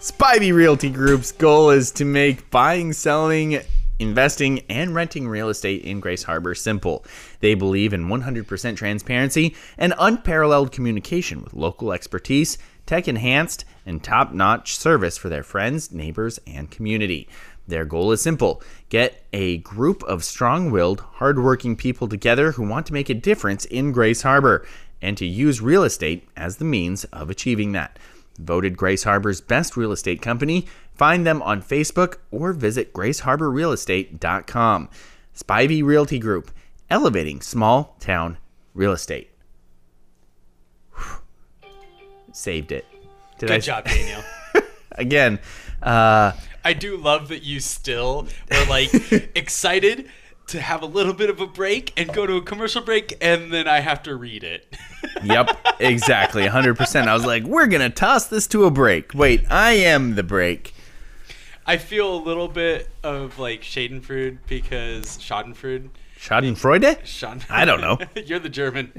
Spivey Realty Group's goal is to make buying, selling, investing, and renting real estate in Grace Harbor simple. They believe in 100% transparency and unparalleled communication with local expertise, tech enhanced, and top notch service for their friends, neighbors, and community. Their goal is simple get a group of strong willed, hardworking people together who want to make a difference in Grace Harbor and to use real estate as the means of achieving that. Voted Grace Harbor's best real estate company, find them on Facebook or visit graceharborrealestate.com. Spivey Realty Group, elevating small town real estate. Whew. Saved it. Did I Good job, Daniel. again? Uh, I do love that you still were like excited to have a little bit of a break and go to a commercial break, and then I have to read it. yep, exactly, 100%. I was like, we're gonna toss this to a break. Wait, I am the break. I feel a little bit of like Schadenfreude because Schadenfreude. Schadenfreude? Schaden- I don't know. You're the German.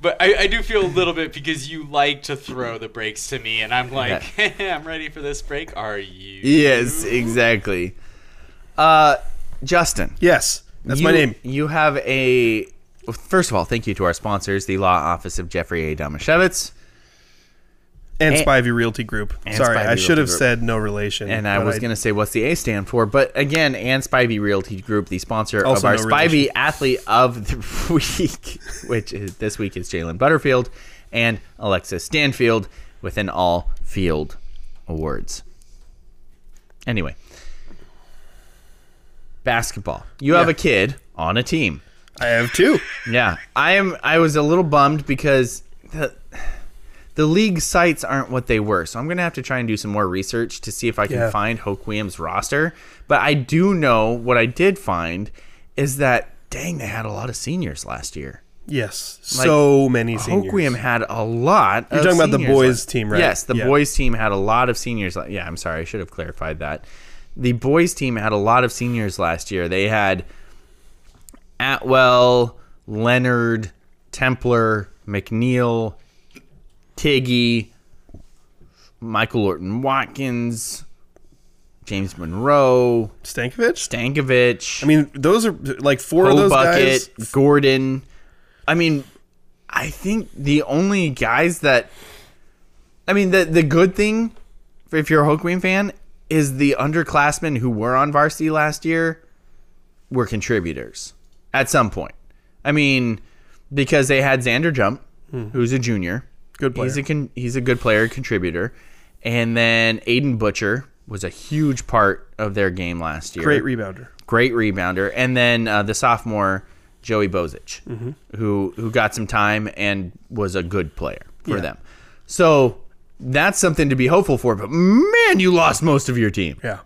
but I, I do feel a little bit because you like to throw the breaks to me, and I'm like, I'm ready for this break. Are you? Yes, exactly. Uh, Justin. Yes, that's my You- name. You have a. First of all, thank you to our sponsors, the Law Office of Jeffrey A. Domashevitz. And, And- Spivey Realty Group. And Sorry, Spivey I should Realty have Group. said no relation. And I but was going to say, what's the A stand for? But again, and Spivey Realty Group, the sponsor of Also our no Spivey relation. Athlete of the Week, which is, this week is Jalen Butterfield and Alexis Stanfield with an all field awards. Anyway, basketball. You have a kid on a team. I have two. Yeah, I am. I was a little bummed because the, the league sites aren't what they were. So I'm gonna have to try and do some more research to see if I can Yeah. find Hoke Williams' roster. But I do know what I did find is that dang, they had a lot of seniors last year. Yes, so many seniors. Hoke Williams had a lot. You're talking about the boys' team, right? Yes, the Yeah. boys team had a lot of seniors. la- Yeah, I'm sorry, I should have clarified that. The boys team had a lot of seniors last year. They had Atwell, Leonard, Templar, McNeil, Tiggy, Michael Orton Watkins, James Monroe, Stankovic. Stankovic, I mean, those are like four of those guys. Bucket, Gordon. I mean, I think the only guys that I mean the the good thing for if you're a Hoquiam fan is the underclassmen who were on varsity last year were contributors at some point. I mean, because they had Xander Jump, who's a junior. Hmm. Good player. He's a con- he's a good player contributor. And then Aiden Butcher was a huge part of their game last year Great rebounder. great rebounder, and then uh, the sophomore Joey Bozich, who who got some time and was a good player for them. So that's something to be hopeful for. But man, you lost most of your team. Yeah.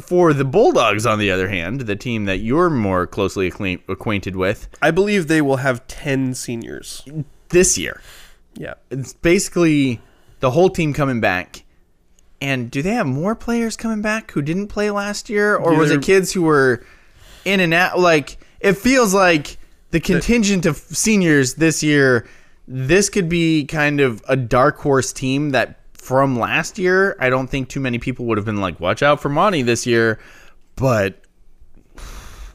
For the Bulldogs, on the other hand, the team that you're more closely acquaint- acquainted with I believe they will have 10 seniors. this year, Yeah. it's basically the whole team coming back. And do they have more players coming back who didn't play last year, or was they're- it kids who were in and out? Like it feels like the contingent of seniors this year. This could be kind of a dark horse team that from last year. I don't think too many people would have been like, "Watch out for Monty this year," but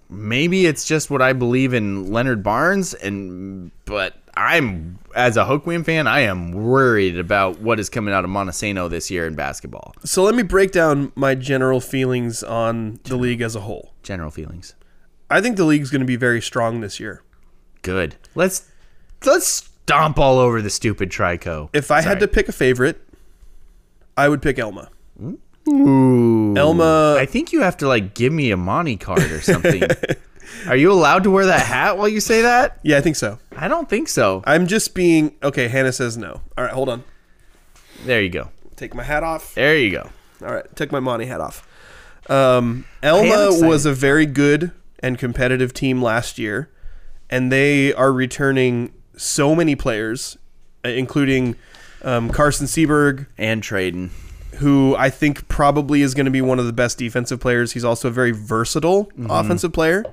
maybe it's just what I believe in Leonard Barnes and but I'm as a Hoquiam fan, I am worried about what is coming out of Montesano this year in basketball. So let me break down my general feelings on the league as a whole. General feelings. I think the league's going to be very strong this year. Good. Let's let's stomp all over the stupid Trico. If I had to pick a favorite, I would pick Elma. Ooh. Elma, I think you have to like give me a Monty card or something. Are you allowed to wear that hat while you say that? yeah, I think so. I don't think so. I'm just being okay. Hannah says no. All right, hold on. There you go. Take my hat off. There you go. All right, took my Monty hat off. Um, Elma excited. was a very good and competitive team last year, and they are returning so many players, uh, including um, Carson Seberg, and trading. who I think probably is going to be one of the best defensive players. He's also a very versatile offensive player.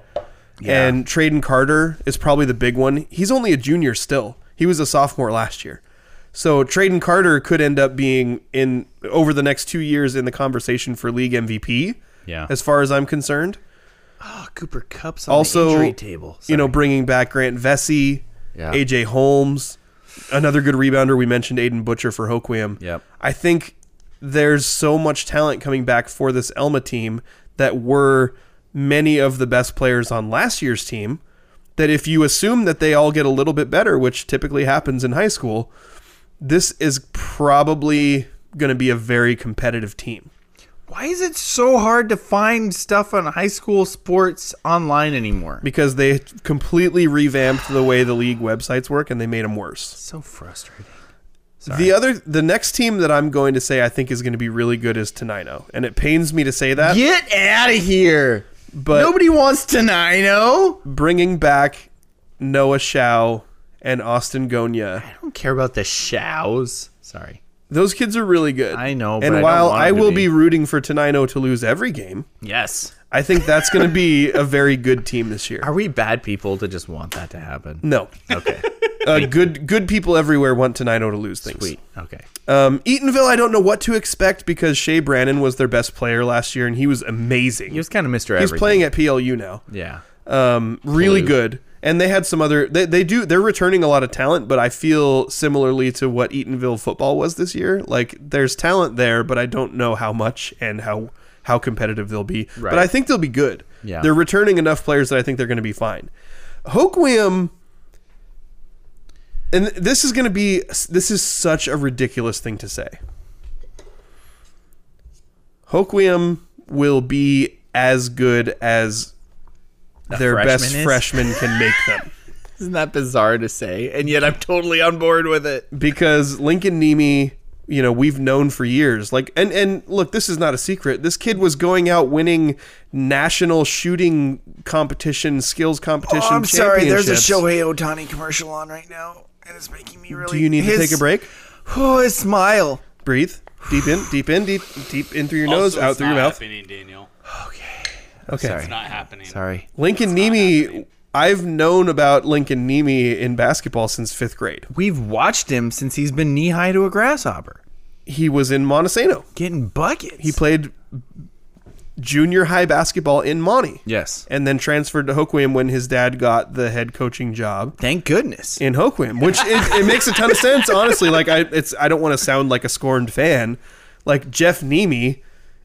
And Traden Carter is probably the big one. He's only a junior still. He was a sophomore last year. So Traden Carter could end up being in over the next two years in the conversation for league MVP. Yeah. As far as I'm concerned. Oh, Cooper Cups on Also the injury table. You know, bringing back Grant Vesey, Yeah. AJ Holmes, another good rebounder. We mentioned Aiden Butcher for Hoquiam. Yep. I think there's so much talent coming back for this Elma team that were many of the best players on last year's team. That if you assume that they all get a little bit better, which typically happens in high school, this is probably going to be a very competitive team. Why is it so hard to find stuff on high school sports online anymore? because they completely revamped the way the league websites work and they made them worse. so frustrating. The other the next team that I'm going to say I think is going to be really good is Tenino. And it pains me to say that, Get out of here. but Nobody wants Tenino. I bringing back Noah Shao and Austin Gonya. don't care about the shows. Sorry. Those kids are really good. I know, but And I don't while want I 'em to will be. be rooting for Tenino to lose every game, Yes. I think that's going to be a very good team this year. Are we bad people to just want that to happen? No. Okay. Uh, good good people everywhere want Tenino to lose things. Sweet. Okay. Um, Eatonville, I don't know what to expect because Shea Brannon was their best player last year, and he was amazing. He was kind of Mr. He's Everything. playing at PLU now. Yeah. Um, really good. And they had some other. They, they do. They're returning a lot of talent, but I feel similarly to what Eatonville football was this year. Like there's talent there, but I don't know how much and how how competitive they'll be. But I think they'll be good. Yeah. They're returning enough players that I think they're going to be fine. Hoquiam. And this is going to be this is such a ridiculous thing to say. Hoquiam will be as good as their freshman best is? freshman can make them Isn't that bizarre to say? And yet I'm totally on board with it. because Lincoln Nemi, you know, we've known for years. Like, and and look, this is not a secret. This kid was going out winning national shooting competition, skills competition. championships. Otani commercial on right now, and it's making me really. Do you need to take a break? Oh, his smile. Breathe deep in, deep in, deep deep in through your Also, nose, it's out through your not mouth. Happening, Daniel. Okay. It's not happening. Sorry. Lincoln Nemi, I've known about Lincoln Nemi in basketball since fifth grade. We've watched him since he's been knee high to a grasshopper, He was in Montesano. getting buckets. He played junior high basketball in Monty. Yes. And then transferred to Hoquiam when his dad got the head coaching job Thank goodness. in Hoquiam, which it, it makes a ton of sense, honestly. Like I, it's I don't want to sound like a scorned fan. Like Jeff Nemi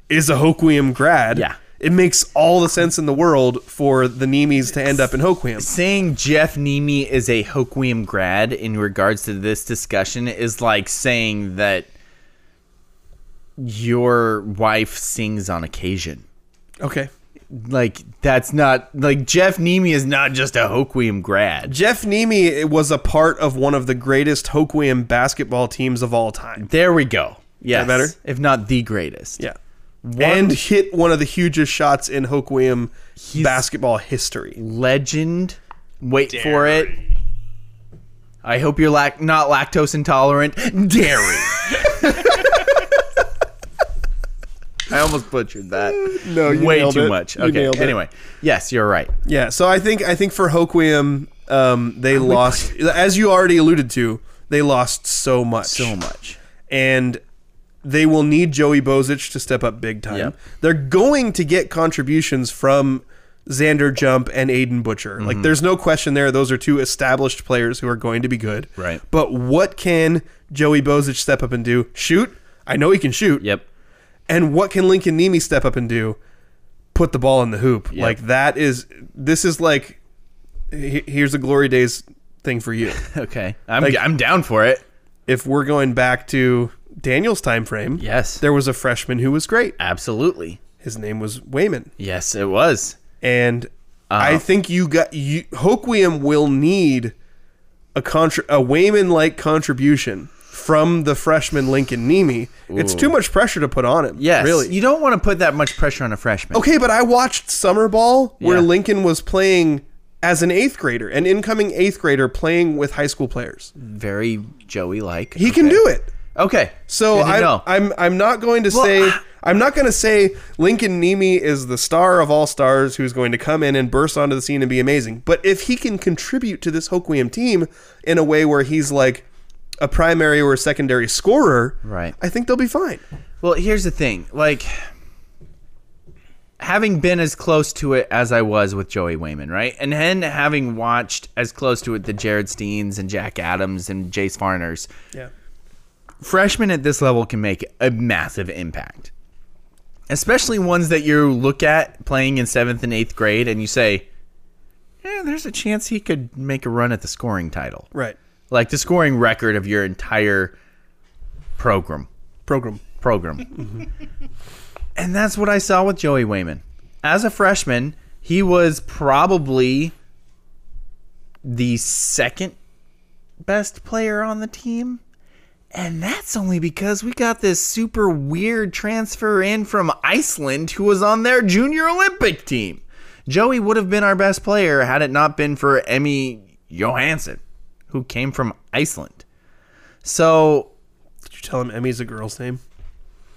is a Hoquiam grad. Yeah. It makes all the sense in the world for the Nemis to end up in Hoquiam. Saying Jeff Nemi is a Hoquiam grad in regards to this discussion is like saying that your wife sings on occasion. Okay. Like that's not like Jeff Nemi is not just a Hoquiam grad. Jeff Nemi was a part of one of the greatest Hoquiam basketball teams of all time. There we go. Yes. better? If not the greatest. Yeah. and hit one of the hugest shots in Hoquiam basketball history. Legend. Wait for it. I hope you're lac- not lactose intolerant. Dairy. I almost butchered that. No, you Way too much. Okay. Anyway, yes, you're right. Yeah, so I think I think for Hoquiam, um, they lost as you already alluded to, they lost so much. So much. And they will need Joey Bozich to step up big time. Yep. They're going to get contributions from Xander Jump and Aiden Butcher. Mm-hmm. Like there's no question there. Those are two established players who are going to be good. Right. But what can Joey Bozich step up and do? Shoot? I know he can shoot. Yep. And what can Lincoln Nemi step up and do? Put the ball in the hoop. Like that is this is like he- here's a glory days thing for you. Okay. I'm Like- I'm down for it. if we're going back to Daniel's time frame, Yes. there was a freshman who was great. Absolutely. His name was Wayman, Yes, it was. and Uh, I think you got you, Hoquiam will need a contr a Wayman like contribution from the freshman Lincoln Nemi. It's too much pressure to put on him. Yes. really. You don't want to put that much pressure on a freshman. Okay, but I watched summer ball where Yeah. Lincoln was playing as an eighth grader, an incoming eighth grader playing with high school players. Very Joey like. He can do it. Okay. So Good to I'm, know. I'm I'm not going to Well, say I- I'm not going to say Lincoln Nemi is the star of all stars who's going to come in and burst onto the scene and be amazing. But if he can contribute to this Hoquiam team in a way where he's like a primary or a secondary scorer, Right. I think they'll be fine. Well, here's the thing. Like, having been as close to it as I was with Joey Wayman, right? And then having watched as close to it the Jared Steens and Jack Adams and Jace Farners, Yeah. freshmen at this level can make a massive impact. Especially ones that you look at playing in seventh and eighth grade and you say, eh, there's a chance he could make a run at the scoring title. Right. Like the scoring record of your entire program Program. program. and that's what I saw with Joey Wayman. As a freshman, he was probably the second best player on the team. And that's only because we got this super weird transfer in from Iceland who was on their junior Olympic team. Joey would have been our best player had it not been for Emmy Johansson, who came from Iceland. So Did you tell him Emmy's a girl's name?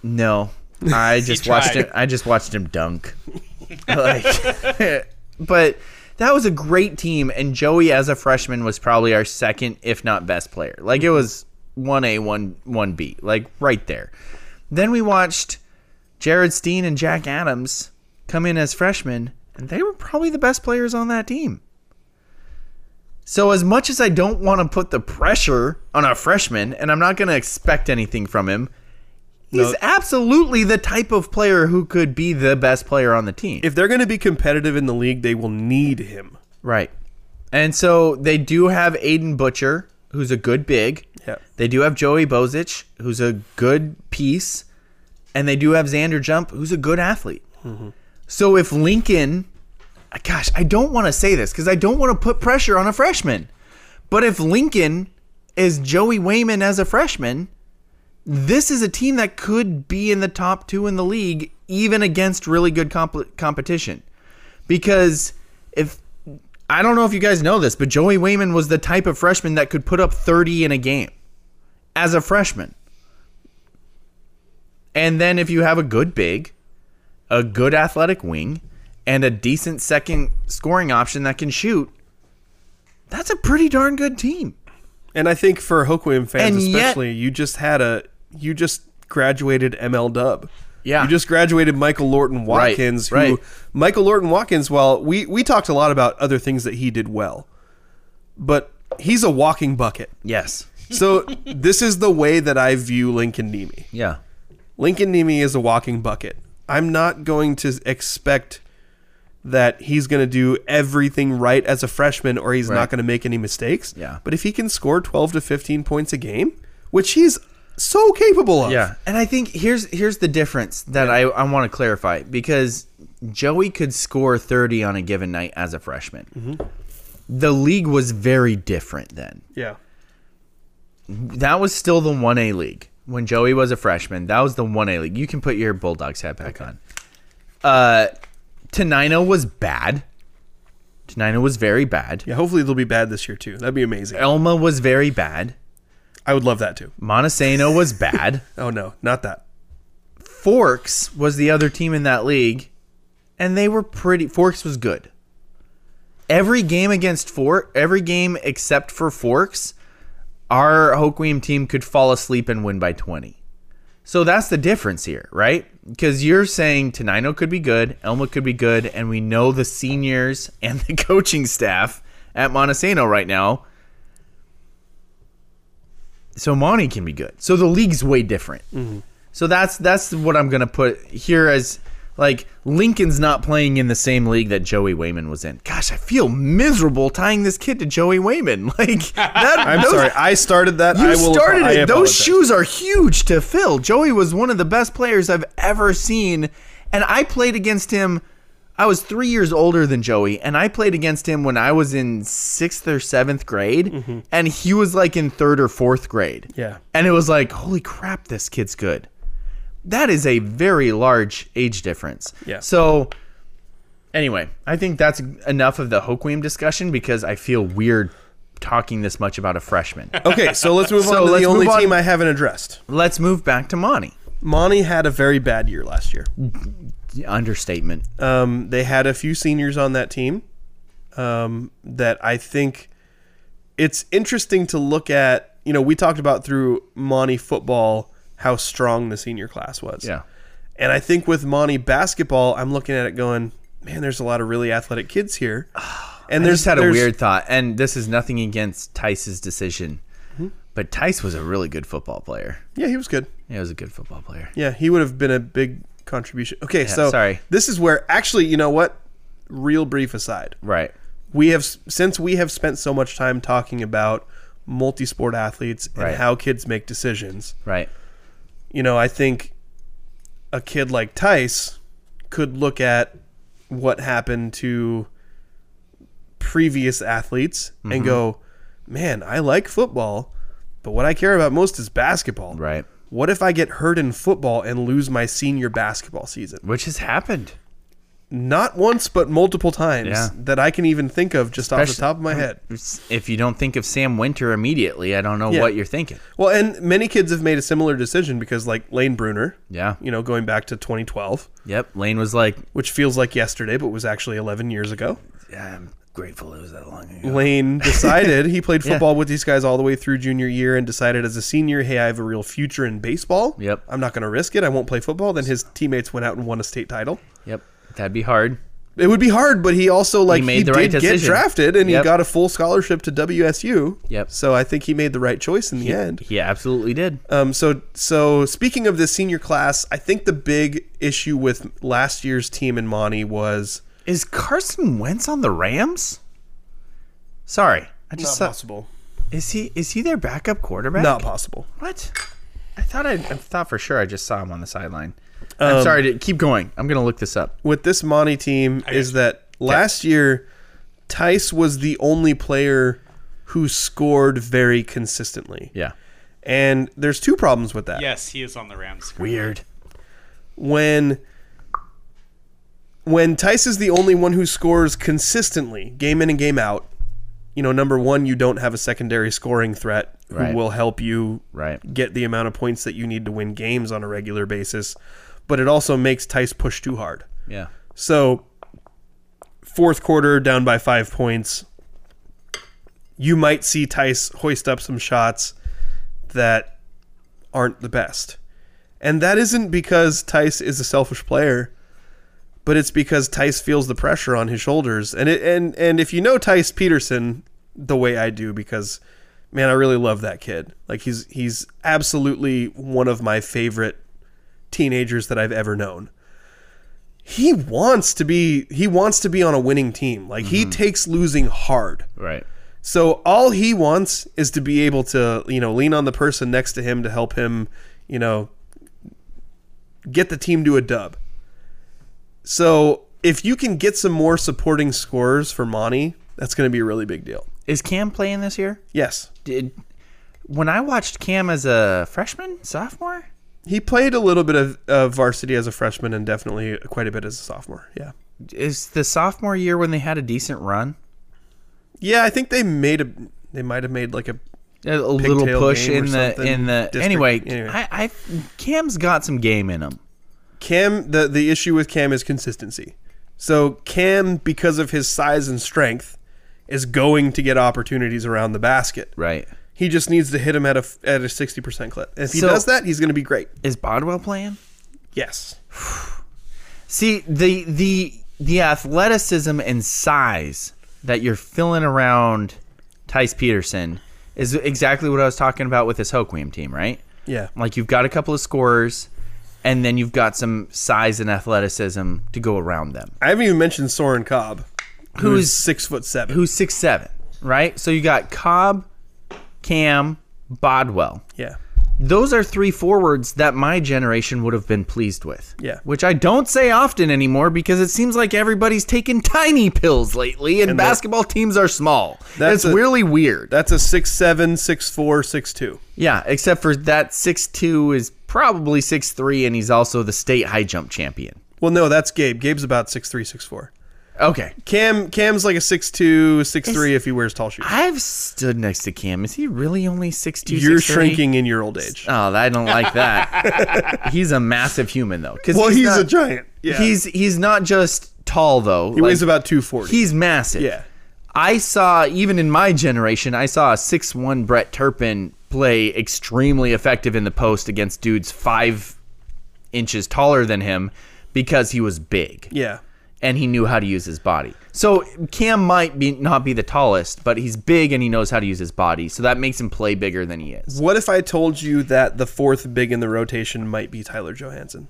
no, I just watched tried. him. I just watched him dunk. like, but that was a great team, and Joey as a freshman was probably our second, if not best player. Like it was one A, one one B, like right there. Then we watched Jared Steen and Jack Adams come in as freshmen, and they were probably the best players on that team. So as much as I don't want to put the pressure on a freshman, and I'm not going to expect anything from him, He's absolutely the type of player who could be the best player on the team. If they're going to be competitive in the league, they will need him. right. And so they do have Aiden Butcher, who's a good big. Yeah. They do have Joey Bozich, who's a good piece. And they do have Xander Jump, who's a good athlete. So if Lincoln, uh, gosh, I don't want to say this because I don't want to put pressure on a freshman. But if Lincoln is Joey Wayman as a freshman, this is a team that could be in the top two in the league, even against really good comp- competition. Because if I don't know if you guys know this, but Joey Wayman was the type of freshman that could put up 30 in a game as a freshman. And then if you have a good big, a good athletic wing, and a decent second scoring option that can shoot, that's a pretty darn good team. And I think for Hoquiam fans And yet- especially, you just had a you just graduated ML Dub. Yeah. You just graduated Michael Lorton Watkins, right. who Michael Lorton Watkins, while we, we talked a lot about other things that he did well, but he's a walking bucket. Yes. So this is the way that I view Lincoln Nemi. Yeah. Lincoln Nemi is a walking bucket. I'm not going to expect that he's going to do everything right as a freshman or he's not going to make any mistakes. Yeah. But if he can score 12 to 15 points a game, which he's so capable of. And I think here's here's the difference that I, I want to clarify because Joey could score 30 on a given night as a freshman. The league was very different then. Yeah. That was still the 1A league. When Joey was a freshman, that was the 1A league. You can put your Bulldogs hat back on. Uh Tenino was bad. Tenino was very bad. Yeah, hopefully they'll be bad this year too. That'd be amazing. Elma was very bad. I would love that too. Montesano was bad. Oh no, not that. Forks was the other team in that league, and they were pretty. Forks was good. Every game against Fork, every game except for Forks, our Hoquiam team could fall asleep and win by 20. So that's the difference here, right? Because you're saying Tenino could be good, Elma could be good, and we know the seniors and the coaching staff at Montesano right now. So Monty can be good. So the league's way different. So that's that's what I'm gonna put here as like Lincoln's not playing in the same league that Joey Wayman was in. Gosh, I feel miserable tying this kid to Joey Wayman. Like that. I'm those- sorry. I started that. You I will started I it. Those apologize. shoes are huge to fill. Joey was one of the best players I've ever seen, and I played against him. I was three years older than Joey, and I played against him when I was in sixth or seventh grade, and he was like in third or fourth grade. Mm-hmm. Yeah. And it was like, holy crap, this kid's good. That is a very large age difference. Yeah. So Anyway, I think that's enough of the Hoquiam discussion because I feel weird talking this much about a freshman. Okay, so let's move So on to let's the only move on. team I haven't addressed. Let's move back to Monty. Monty had a very bad year last year. Understatement. Um, they had a few seniors on that team um, that I think it's interesting to look at. You know, we talked about through Monty football how strong the senior class was. Yeah. And I think with Monty basketball, I'm looking at it going, man, there's a lot of really athletic kids here. And I there's just had a there's- weird thought, and this is nothing against Tice's decision, but Tice was a really good football player. Yeah, he was good. He was a good football player. Yeah, he would have been a big contribution. Okay, so sorry. this is where actually, you know what? Real brief aside. Right. we have since we have spent so much time talking about multi-sport athletes and Right. how kids make decisions Right. you know i think a kid like tice could look at what happened to previous athletes and Mm-hmm. go man i like football but what i care about most is basketball Right. what if i get hurt in football and lose my senior basketball season Which has happened. not once but multiple times Yeah. that i can even think of just off the Especially- top of my head If you don't think of Sam Winter immediately, I don't know Yeah. what you're thinking. Well, and many kids have made a similar decision because, like Lane Bruner, Yeah. you know, going back to 2012, Yep. Lane was like, which feels like yesterday, but was actually 11 years ago. yeah, I'm grateful it was that long ago. Lane decided he played football with these guys all the way through junior year and decided as a senior, hey, I have a real future in baseball. Yep. I'm not going to risk it. I won't play football. Then his teammates went out and won a state title. Yep. That'd be hard. It would be hard, but he also like he, made the did right get decision. drafted and he Yep. got a full scholarship to WSU. Yep. So I think he made the right choice in the end. He absolutely did. Um, so so speaking of this senior class, I think the big issue with last year's team in Monty was Is Carson Wentz on the Rams? Sorry. I just saw, possible, is he is he their backup quarterback? not possible. What? I thought I, I thought for sure I just saw him on the sideline. Um, I'm sorry. To, keep going. I'm gonna look this up. With this Monty team is that last year Tice was the only player who scored very consistently, Yeah. and there's two problems with that. Yes, he is on the Rams. Weird. when when Tice is the only one who scores consistently, game in and game out, you know, number one, you don't have a secondary scoring threat who Right. will help you Right. get the amount of points that you need to win games on a regular basis. But it also makes Tice push too hard. Yeah. So, fourth quarter down by five points. You might see Tice hoist up some shots that aren't the best. And that isn't because Tice is a selfish player, but it's because Tice feels the pressure on his shoulders. And it, and and if you know Tice Peterson the way I do because man, I really love that kid. Like he's he's absolutely one of my favorite teenagers that I've ever known he wants to be he wants to be on a winning team. Like he takes losing hard. Right. So all he wants is to be able to, you know, lean on the person next to him to help him, you know, get the team to a dub. So if you can get some more supporting scores for Monty, that's going to be a really big deal. Is Cam playing this year? Yes. Did when I watched Cam as a freshman, sophomore? He played a little bit of, of varsity as a freshman and definitely quite a bit as a sophomore. Yeah. Is the sophomore year when they had a decent run? Yeah, I think they made a they might have made like a A, a little Pigtail push game in or the something? in the District- anyway. anyway. I, I Cam's got some game in him. Cam, the, the issue with Cam is consistency. So Cam, because of his size and strength, is going to get opportunities around the basket. Right. He just needs to hit him at a f- at a sixty percent clip. If he So- does that, he's going to be great. Is Bodwell playing? Yes. See the the the athleticism and size that you're filling around Tice Peterson is exactly what I was talking about with this Hoquiam team, right? Yeah. Like you've got a couple of scorers, and then you've got some size and athleticism to go around them. I haven't even mentioned Soren Cobb, who's Who's- six foot seven. Who's six seven, right? So you got Cobb, Cam, Bodwell. yeah. Those are three forwards that my generation would have been pleased with. Yeah. Which I don't say often anymore because it seems like everybody's taking tiny pills lately and, And that- basketball teams are small. That's That's it's a- really weird. That's a six seven, six four, six two. yeah, except for that six two is probably six three, and he's also the state high jump champion. Well, no, that's Gabe. Gabe's about six three, six four. Okay. Cam Cam's like a 6'2", 6'3", if he wears tall shoes. I've stood next to Cam. Is he really only 6'2", You're 6'3"? shrinking in your old age. Oh, I don't like that. he's a massive human though. 'cause well, he's, not- a giant. Yeah. He's he's not just tall though. he weighs about 240. He's massive. Yeah. I saw even in my generation, I saw a six one Brett Turpin play extremely effective in the post against dudes five inches taller than him because he was big yeah. and he knew how to use his body. So Cam might be not be the tallest, but he's big and he knows how to use his body, so that makes him play bigger than he is. What if I told you that the fourth big in the rotation might be Tyler Johansson?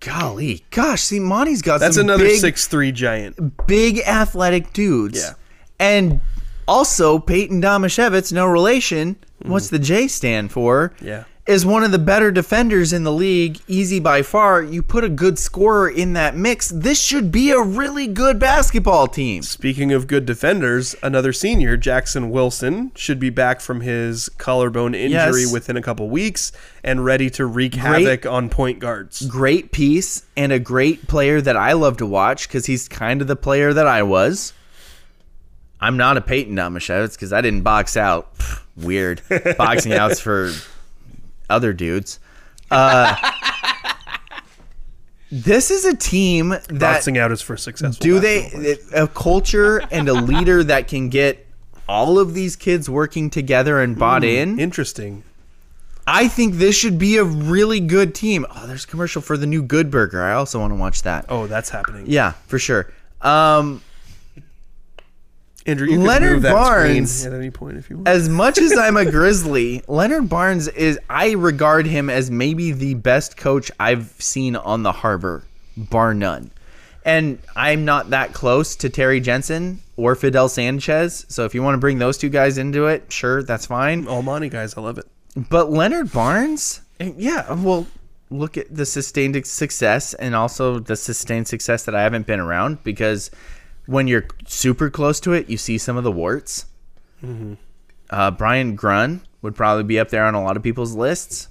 Golly, gosh, see, Monty's got That's some another big, six three giant. big athletic dudes. Yeah. And also Peyton Domashevitz, no relation. What's the J stand for? Mm-hmm. Yeah. Is one of the better defenders in the league, easy by far. You put a good scorer in that mix. This should be a really good basketball team. Speaking of good defenders, another senior, Jackson Wilson, should be back from his collarbone injury Yes. within a couple weeks and ready to wreak havoc on point guards. Great piece and a great player that I love to watch because he's kind of the player that I was. I'm not a Peyton Domashevitz because I didn't box out. Pfft, Weird. Boxing outs for other dudes. Uh, this is a team that Boxing out is for successful. do basketball they players. a culture and a leader that can get all of these kids working together and bought Hmm, in. Interesting. I think this should be a really good team. Oh, there's a commercial for the new Good Burger. I also want to watch that. Oh, that's happening. Yeah, for sure. Um, Andrew, you could Leonard move that Barnes- screen at any point if you want. as much as I'm a Grizzly, Leonard Barnes is, I regard him as maybe the best coach I've seen on the harbor, bar none. And I'm not that close to Terry Jensen or Fidel Sanchez. So if you want to bring those two guys into it, sure, that's fine. All Monty guys, I love it. But Leonard Barnes, yeah, well, look at the sustained success and also the sustained success that I haven't been around because when you're super close to it, you see some of the warts. Uh, Brian Grun would probably be up there on a lot of people's lists.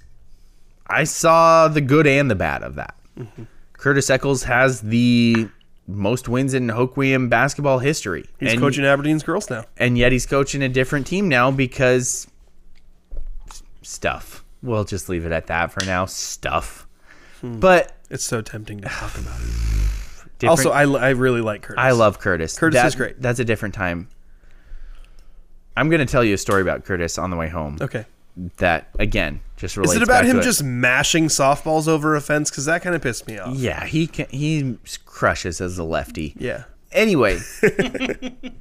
I saw the good and the bad of that. Curtis Eccles has the most wins in Hoquiam basketball history. He's And- coaching Aberdeen's girls now. and yet he's coaching a different team now because s- stuff. We'll just leave it at that for now. Stuff. Hmm. But It's so tempting to talk about it. different, Also, I, I really like Curtis. I love Curtis. Curtis is is great. That's a different time. I'm going to tell you a story about Curtis on the way home. Okay. That again just relates. Is it about back him to just mashing softballs over a fence? Because that kind of pissed me off. Yeah, he can, he crushes as a lefty. Yeah. Anyway,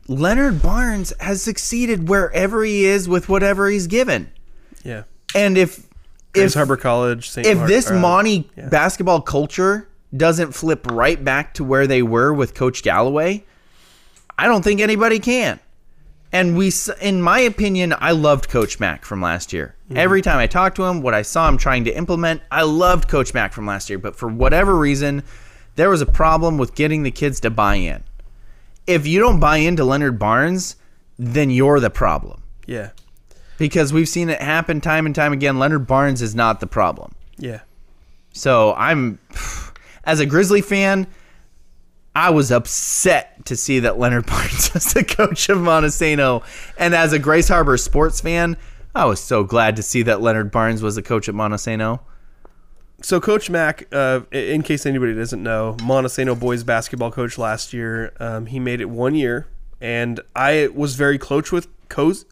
Leonard Barnes has succeeded wherever he is with whatever he's given. Yeah. And if Grace if Harbor College, St. if Mar- this uh, Monty basketball culture doesn't flip right back to where they were with Coach Galloway, I don't think anybody can. And we, s- in my opinion, I loved Coach Mack from last year. Every time I talked to him, what I saw him trying to implement, I loved Coach Mack from last year. But for whatever reason, there was a problem with getting the kids to buy in. If you don't buy into Leonard Barnes, then you're the problem Yeah. because we've seen it happen time and time again. Leonard Barnes is not the problem. Yeah. So I'm, as a Grizzly fan, I was upset to see that Leonard Barnes was the coach of Montesano. And as a Grace Harbor sports fan, I was so glad to see that Leonard Barnes was the coach at Montesano. So Coach Mack, uh, i- in case anybody doesn't know, Montesano boys basketball coach last year. Um, he made it one year, and I was very close with Coz.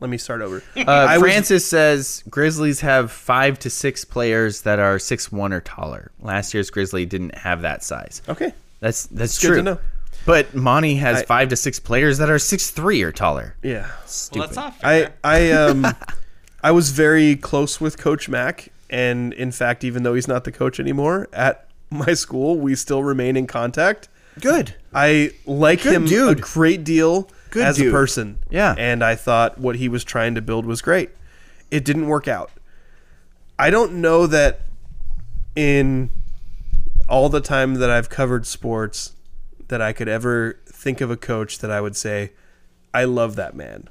Let me start over. Uh, I was- Francis says Grizzlies have five to six players that are six one or taller. Last year's Grizzly didn't have that size. okay. That's that's good true. to know. But Monty has I- five to six players that are six three or taller. Yeah. Stupid. Well, that's not fair. I I um I was very close with Coach Mack, and in fact, even though he's not the coach anymore at my school, we still remain in contact. good. I like him dude. a great deal Good as dude. a person. Yeah. And I thought what he was trying to build was great. It didn't work out. I don't know that in all the time that I've covered sports that I could ever think of a coach that I would say, I love that man.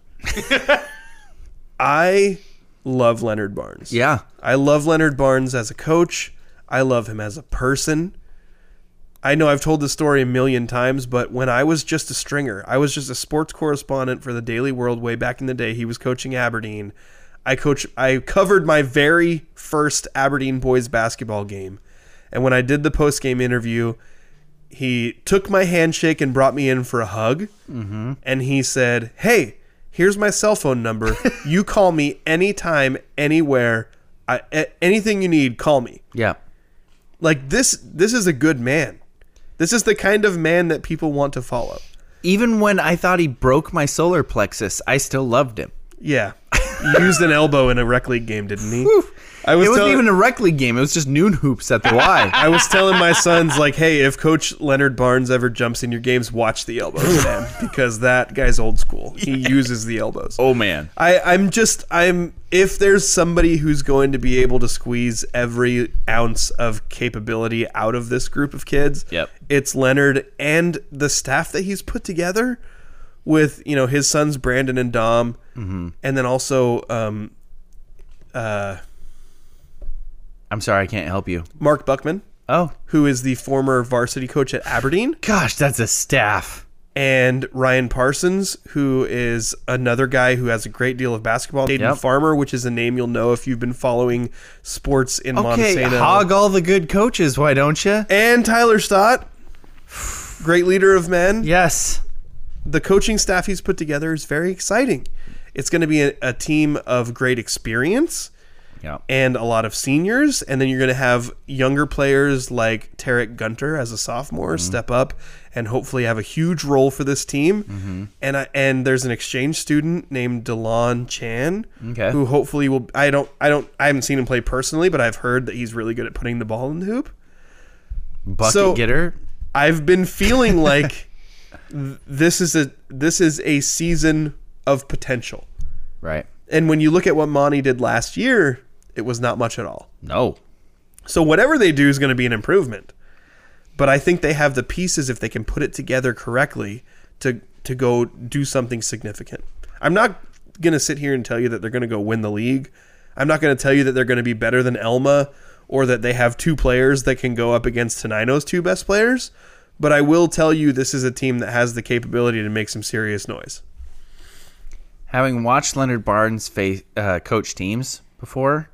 I love Leonard Barnes. Yeah. I love Leonard Barnes as a coach. I love him as a person. I know I've told this story a million times, but when I was just a stringer, I was just a sports correspondent for the Daily World way back in the day. He was coaching Aberdeen. I coach I covered my very first Aberdeen boys basketball game. And when I did the post-game interview, he took my handshake and brought me in for a hug. Mm-hmm. And he said, "Hey, here's my cell phone number. you call me anytime, anywhere. I, a- anything you need, call me." Yeah. like this this is a good man this is the kind of man that people want to follow Even when I thought he broke my solar plexus, I still loved him. yeah He used an elbow in a rec league game didn't he i was It wasn't telling, even a rec league game. It was just noon hoops at the Y. I was telling my sons like hey if coach leonard barnes ever jumps in your games watch the elbows man because that guy's old school he uses the elbows oh man. I, I'm just I'm if there's somebody who's going to be able to squeeze every ounce of capability out of this group of kids, Yep. it's Leonard and the staff that he's put together with, you know, his sons Brandon and Dom Mm-hmm. and then also um, I'm sorry, I can't help you. Mark Buckman, Oh, who is the former varsity coach at Aberdeen, gosh, that's a staff. and Ryan Parsons, who is another guy who has a great deal of basketball. Hayden Yep. Farmer, which is a name you'll know if you've been following sports in Okay, Montana. hog all the good coaches, why don't you? and Tyler Stott, great leader of men. Yes. The coaching staff he's put together is very exciting. It's going to be a, a team of great experience Yeah. and a lot of seniors, and then you're going to have younger players like Tarek Gunter as a sophomore step up and hopefully have a huge role for this team. And I, and there's an exchange student named Delon Chan Okay. who hopefully will. I don't I don't I haven't seen him play personally, but I've heard that he's really good at putting the ball in the hoop. Bucket So- getter. I've been feeling like th- this is a this is a season of potential. Right. And when you look at what Monty did last year, it was not much at all. No. So whatever they do is going to be an improvement. But I think they have the pieces if they can put it together correctly to to go do something significant. I'm not going to sit here and tell you that they're going to go win the league. I'm not going to tell you that they're going to be better than Elma or that they have two players that can go up against Tenino's two best players, but I will tell you this is a team that has the capability to make some serious noise. Having watched Leonard Barnes face, uh, coach teams before,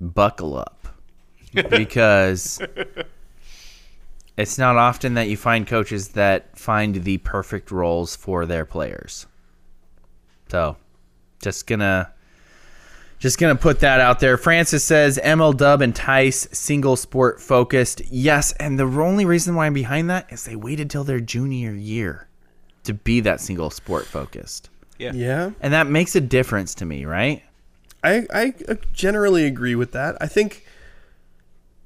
buckle up because it's not often that you find coaches that find the perfect roles for their players. So, just gonna just gonna put that out there. Francis says ML Dub and Tice single sport focused. Yes, and the only reason why I'm behind that is they waited till their junior year to be that single sport focused. Yeah. And that makes a difference to me, right? I, I uh, generally agree with that. I think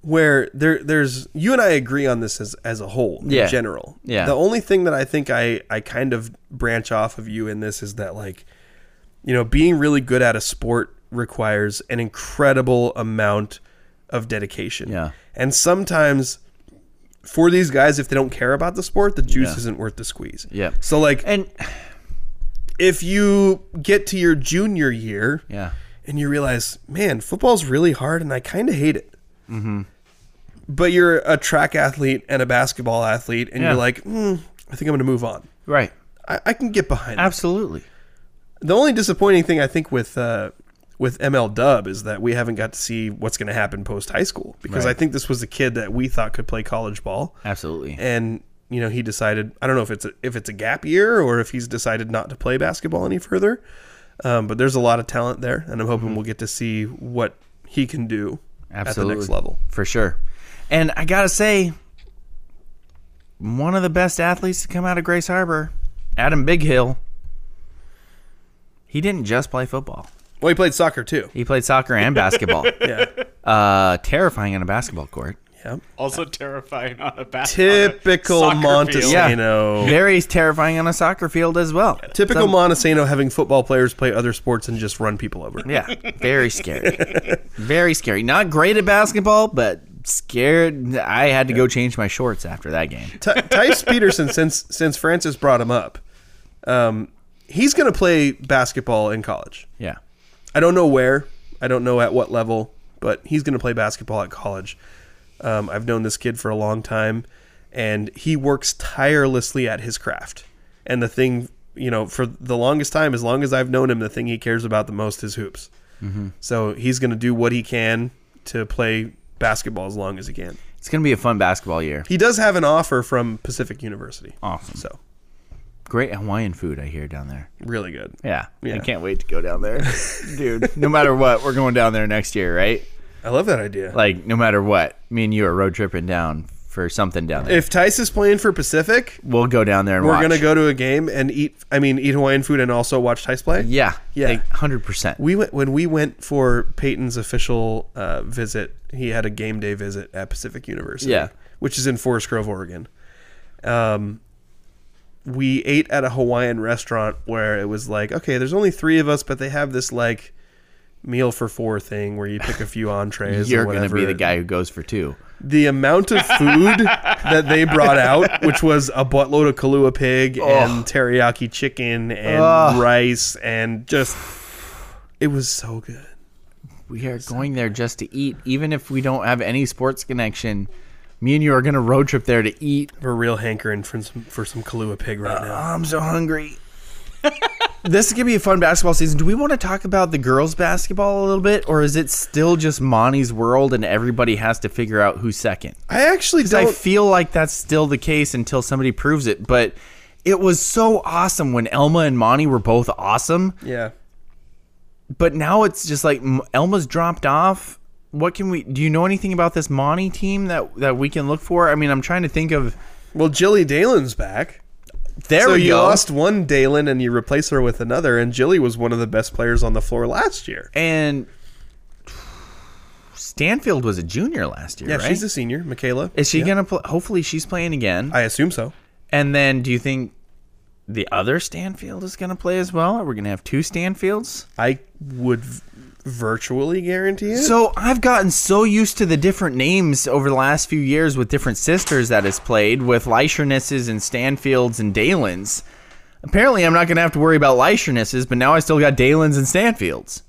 where there there's you and I agree on this as as a whole in Yeah. general. Yeah. The only thing that I think I I kind of branch off of you in this is that like you know, being really good at a sport requires an incredible amount of dedication. Yeah. And sometimes for these guys if they don't care about the sport, the juice Yeah. isn't worth the squeeze. Yeah. So like And if you get to your junior year, yeah. and you realize, man, football's really hard, and I kind of hate it. Mm-hmm. But you're a track athlete and a basketball athlete, and Yeah. you're like, mm, I think I'm going to move on. Right. I, I can get behind. it. Absolutely. The only disappointing thing I think with uh, with ML Dub is that we haven't got to see what's going to happen post high school because Right. I think this was a kid that we thought could play college ball, Absolutely. and you know he decided I don't know if it's a, if it's a gap year or if he's decided not to play basketball any further. Um, but there's a lot of talent there, and I'm hoping we'll get to see what he can do Mm-hmm. Absolutely. at the next level. For sure. And I got to say, one of the best athletes to come out of Grace Harbor, Adam Big Hill, he didn't just play football. Well, he played soccer too. He played soccer and basketball. Yeah. Uh, terrifying on a basketball court. Also terrifying on a bat. Typical on a soccer field. Yeah. Montesano. Very terrifying on a soccer field as well. Oh. Typical Some- Montesano having football players play other sports and just run people over. Yeah, very scary. very scary. Not great at basketball, but scared. I had to go change my shorts after that game. Ty- Tyce Peterson, since since Francis brought him up, um, he's going to play basketball in college. Yeah. I don't know where. I don't know at what level, but he's going to play basketball at college. Um, I've known this kid for a long time, and he works tirelessly at his craft. And the thing, you know, for the longest time, as long as I've known him, the thing he cares about the most is hoops. Mm-hmm. So he's going to do what he can to play basketball as long as he can. It's going to be a fun basketball year. He does have an offer from Pacific University. Awesome. So Great Hawaiian food I hear down there. really good. Yeah. I Yeah. can't wait to go down there. Dude, no matter what, we're going down there next year, right? I love that idea. Like, no matter what, me and you are road tripping down for something down there. if Tice is playing for Pacific, we'll go down there and we're watch. going to go to a game and eat, I mean, eat Hawaiian food and also watch Tice play. Yeah. Yeah. Like, 100%. We went when we went for Peyton's official uh, visit. He had a game day visit at Pacific University, Yeah. which is in Forest Grove, Oregon. Um, we ate at a Hawaiian restaurant where it was like, okay, there's only three of us, but they have this like meal for four thing where you pick a few entrees. You're or going to be whatever. the guy who goes for two. The amount of food that they brought out, which was a buttload of Kalua pig and teriyaki chicken and rice and just, it was so good. We are going there just to eat, even if we don't have any sports connection. Me and you are going to road trip there to eat. We're real hankering for some for some Kahlua pig right now. I'm so hungry. this is gonna be a fun basketball season. Do we want to talk about the girls' basketball a little bit, or is it still just Monty's world and everybody has to figure out who's second? I actually I don't. feel like that's still the case until somebody proves it. But it was so awesome when Elma and Monty were both awesome. yeah, But now it's just like M- Elma's dropped off. What can we? Do you know anything about this Monty team that that we can look for? I mean, I'm trying to think of. well, Jilly Dalen's back. There so we you go. lost one Dalen and you replace her with another, and Jilly was one of the best players on the floor last year. and Stanfield was a junior last year, Yeah, right? she's a senior, Michaela. Is she Yeah. gonna play? Hopefully, she's playing again. I assume so. and then, do you think the other Stanfield is gonna play as well? Are we gonna have two Stanfields? I would v- virtually guarantee it. So I've gotten so used to the different names over the last few years with different sisters that has played with Leishernesses and Stanfields and Dalens. Apparently, I'm not gonna have to worry about Leishernesses, but now I still got Dalens and Stanfields.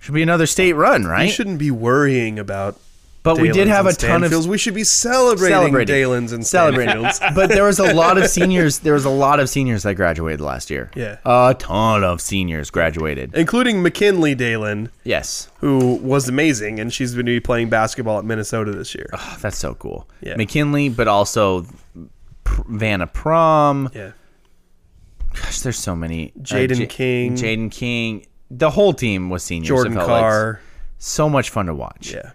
Should be another state run, we right? shouldn't be worrying about. but we did Dalens have a and ton of Stanfields. We should be celebrating, Celebrating. Dalens and Celebrating. Stanfields. but there was a lot of seniors. There was a lot of seniors that graduated last year. Yeah. a ton of seniors graduated. including McKinley Dalen, Yes, who was amazing, and she's going to be playing basketball at Minnesota this year. Oh, that's so cool. Yeah. McKinley, but also Pr- Vanna Prom. Yeah. Gosh, there's so many. Uh, Jaden J- King. Jaden King. The whole team was seniors. it Jordan felt like. Carr. so much fun to watch. Yeah.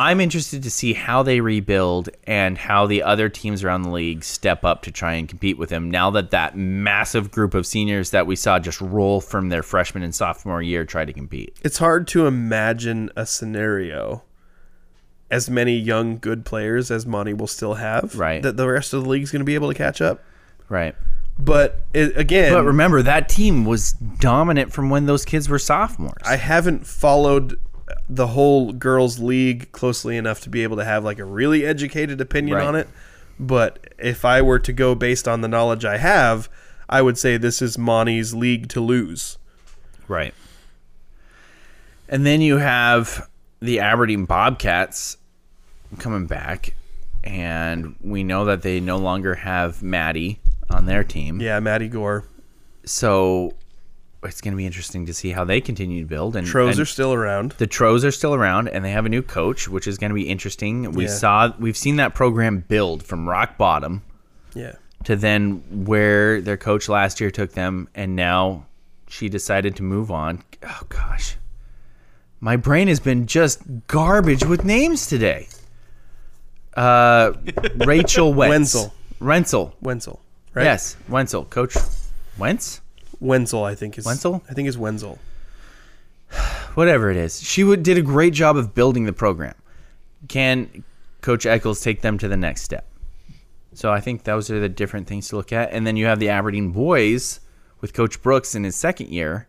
I'm interested to see how they rebuild and how the other teams around the league step up to try and compete with them now that that massive group of seniors that we saw just roll from their freshman and sophomore year try to compete. It's hard to imagine a scenario as many young good players as Monty will still have Right. that the rest of the league's going to be able to catch up. Right. But it, again, But remember, that team was dominant from when those kids were sophomores. I haven't followed the whole girls league closely enough to be able to have like a really educated opinion Right. on it. But if I were to go based on the knowledge I have, I would say this is Monty's league to lose. right. And then you have the Aberdeen Bobcats coming back, and we know that they no longer have Maddie on their team. Yeah, Matty Gore. so it's going to be interesting to see how they continue to build. And Pros and are still around. the Tros are still around, and they have a new coach, which is going to be interesting. We Yeah. saw we've seen that program build from rock bottom Yeah. to then where their coach last year took them, and now she decided to move on. Oh gosh, my brain has been just garbage with names today. Uh, Rachel Wentz. Wenzel. Renzel. Wenzel. Right? Yes, Wenzel. Coach Wentz. Wenzel, I think is Wenzel? I think is Wenzel. whatever it is. She would, did a great job of building the program. Can Coach Eccles take them to the next step? So I think those are the different things to look at. And then you have the Aberdeen boys with Coach Brooks in his second year.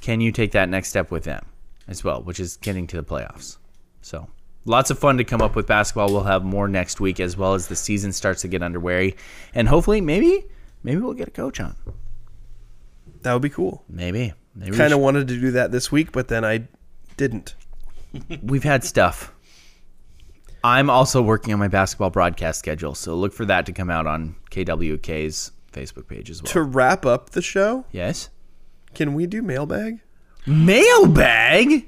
Can you take that next step with them as well, which is getting to the playoffs? So lots of fun to come up with basketball. We'll have more next week as well as the season starts to get underway. And hopefully, maybe, maybe we'll get a coach on. That would be cool. Maybe. maybe we Kind should- of wanted to do that this week, but then I didn't. We've had stuff. I'm also working on my basketball broadcast schedule, so look for that to come out on KWK's Facebook page as well. To wrap up the show, yes? can we do mailbag? Mailbag?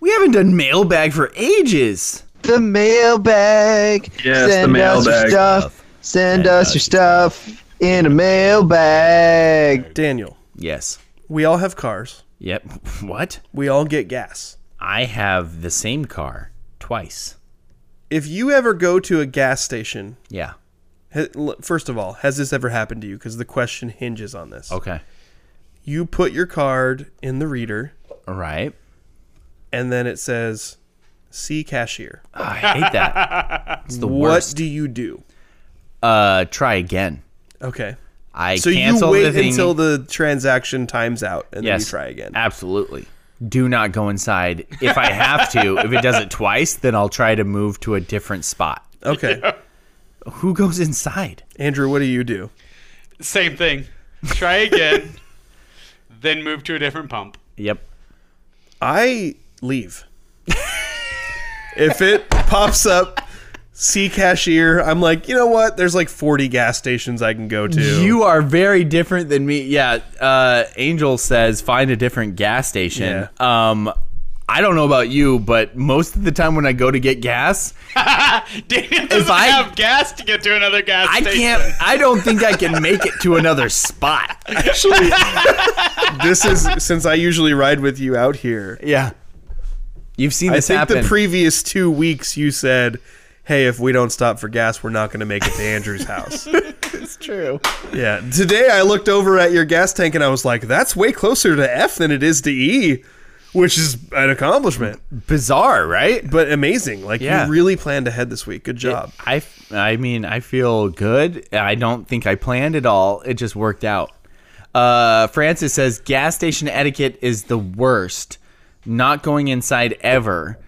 We haven't done mailbag for ages. The mailbag. Yes, the Send us your mailbag. stuff. Send us your stuff in a mailbag. Daniel, Yes. we all have cars. Yep. What? We all get gas. I have the same car twice. If you ever go to a gas station, Yeah. ha- l- first of all, has this ever happened to you? Because the question hinges on this. Okay. You put your card in the reader, All right. and then it says, "See cashier." I hate that. It's the What worst. do you do? Uh, try again. Okay. I So you cancel wait the thing. until the transaction times out, and then you yes. try again. Absolutely. Do not go inside. If I have to, if it does it twice, then I'll try to move to a different spot. Okay. Who goes inside? Andrew, what do you do? Same thing. Try again, then move to a different pump. Yep. I leave. if it pops up, see cashier, I'm like, you know what? There's like 40 gas stations I can go to. You are very different than me. Yeah. Uh, Angel says find a different gas station. Um, I don't know about you, but most of the time when I go to get gas, Daniel doesn't I- have gas to get to another gas I station. can't. I don't think I can make it to another spot. actually. this is since I usually ride with you out here. Yeah. You've seen I this think happen. the previous two weeks you said, hey, if we don't stop for gas, we're not going to make it to Andrew's house. true. yeah. Today I looked over at your gas tank and I was like, that's way closer to F than it is to E, which is an accomplishment. Bizarre, right? but amazing. Like Yeah. you really planned ahead this week. Good job. I, I mean, I feel good. I don't think I planned it all. It just worked out. Uh, Francis says gas station etiquette is the worst. Not going inside ever.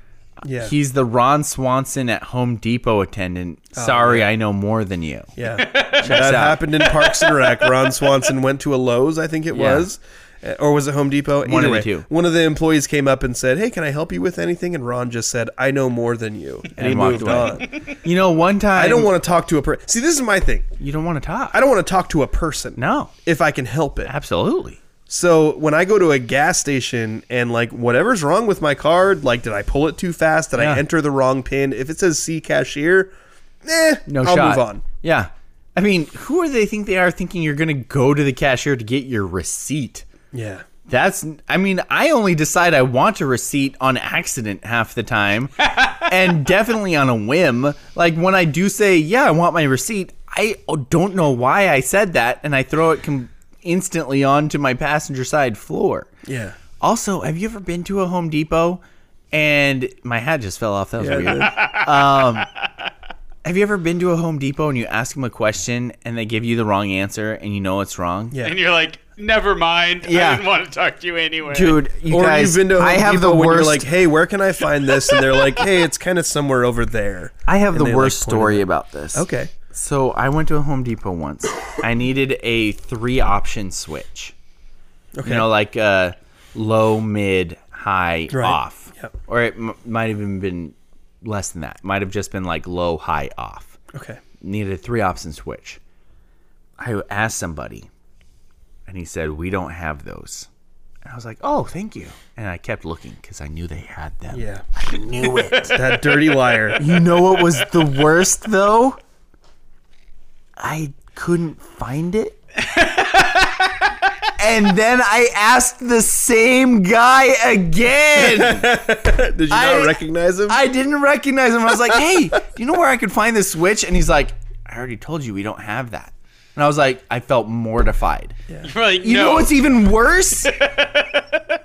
yeah. He's the Ron Swanson at Home Depot attendant. Sorry, I know more than you. Oh, yeah. that out. happened in Parks and Rec. Ron Swanson went to a Lowe's, I think it Yeah. was. Uh, Or was it Home Depot? One Either of the way, two. One of the employees came up and said, "Hey, can I help you with anything?" And Ron just said, "I know more than you," and, he And walked moved away. on. You know, one time I don't want to talk to a person. See, this is my thing. You don't want to talk. I don't want to talk to a person. No, If I can help it. absolutely. So when I go to a gas station and like whatever's wrong with my card, like did I pull it too fast? Did Yeah. I enter the wrong pin? If it says C cashier, eh, No I'll shot. move on. Yeah. I mean, who are they think they are thinking you're going to go to the cashier to get your receipt? Yeah. That's I mean, I only decide I want a receipt on accident half the time and definitely on a whim. Like when I do say, "Yeah, I want my receipt," I oh, don't know why I said that and I throw it com- instantly onto my passenger side floor. Yeah. Also, have you ever been to a Home Depot and my hat just fell off? That was weird. Um, Have you ever been to a Home Depot and you ask them a question and they give you the wrong answer and you know it's wrong? Yeah. And you're like, never mind. Yeah. I didn't want to talk to you anyway. Dude, you Or guys, you've been to Home I have Depot the when you're worst. like, hey, where can I find this? And they're like, hey, it's kind of somewhere over there. I have and they, the like, worst point it story out. about this. Okay. So I went to a Home Depot once. I needed a three option switch. Okay. You know, like uh, low, mid, high, Right. off. Yep. Or it m- might have even been less than that. Might have just been like low, high, off. okay. Needed a three option switch. I asked somebody, and he said, We don't have those. And I was like, Oh, thank you. And I kept looking because I knew they had them. Yeah. Knew it. That dirty liar. You know what was the worst though? I couldn't find it. and then I asked the same guy again. Did you I- not recognize him? I didn't recognize him. I was like, "Hey, do you know where I could find this switch?" And he's like, "I already told you we don't have that." And I was like, I felt mortified. You're like, You know no. what's even worse?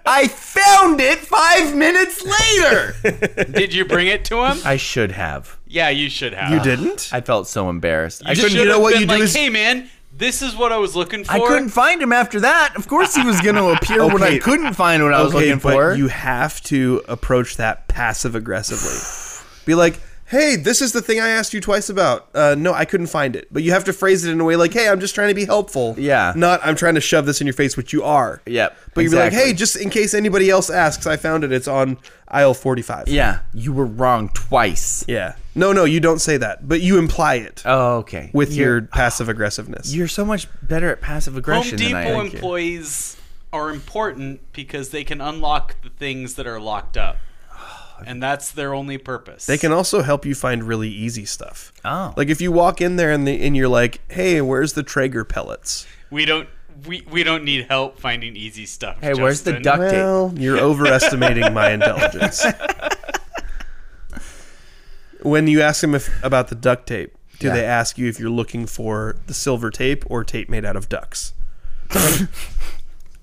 I found it five minutes later. Did you bring it to him? I should have. yeah, you should have. you didn't? I felt so embarrassed. I You couldn't. should You know have what been you do like, is hey man, this is what I was looking for. I couldn't find him after that. Of course, he was going to appear when I Okay. couldn't find what I was okay, looking but for. you have to approach that passive aggressively. Be like, hey, this is the thing I asked you twice about. Uh, no, I couldn't find it. But you have to phrase it in a way like, hey, I'm just trying to be helpful. Yeah. Not, I'm trying to shove this in your face, which you are. Yep, But you'd be like, exactly. hey, just in case anybody else asks, I found it. It's on aisle 45. Yeah, you were wrong twice. Yeah. No, no, you don't say that, but you imply it Oh, okay. with You're- your passive aggressiveness. you're so much better at passive Home aggression than I Depot think you- employees are important because they can unlock the things that are locked up. And that's their only purpose. They can also help you find really easy stuff. Oh. Like if you walk in there and, the, and you're like, hey, where's the Traeger pellets? We don't we, we don't need help finding easy stuff. Hey, where's the Justin. duct tape? Well, you're overestimating my intelligence. when you ask them if, about the duct tape, do Yeah. they ask you if you're looking for the silver tape or tape made out of ducks?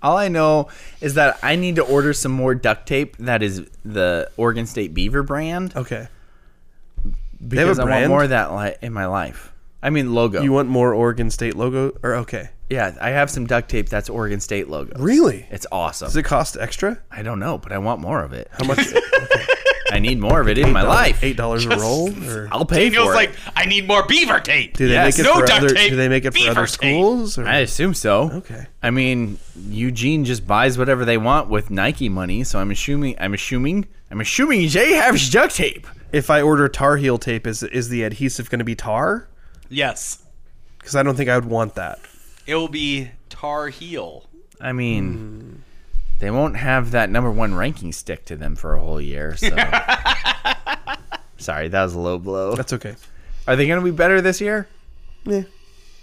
All I know is that I need to order some more duct tape that is the Oregon State Beaver brand Okay. have a because I want brand? more of that li- in my life. I mean logo. You want more Oregon State logo? Or okay. yeah, I have some duct tape that's Oregon State logo. Really? It's awesome. Does it cost extra? I don't know, but I want more of it. How much? I need more of it in my life. Eight dollars a roll? Or I'll pay Daniel's for like, it. I need more beaver tape. do they Yes. make it No for duct other? tape, do they make it for beaver other tape. schools? Or? I assume so. Okay. I mean, Eugene just buys whatever they want with Nike money, so I'm assuming I'm assuming I'm assuming Jay has duct tape. if I order Tar Heel tape, is is the adhesive going to be tar? Yes. Because I don't think I would want that. It will be Tar Heel. I mean, Hmm. they won't have that number one ranking stick to them for a whole year. So, sorry, that was a low blow. That's okay. Are they going to be better this year? Yeah.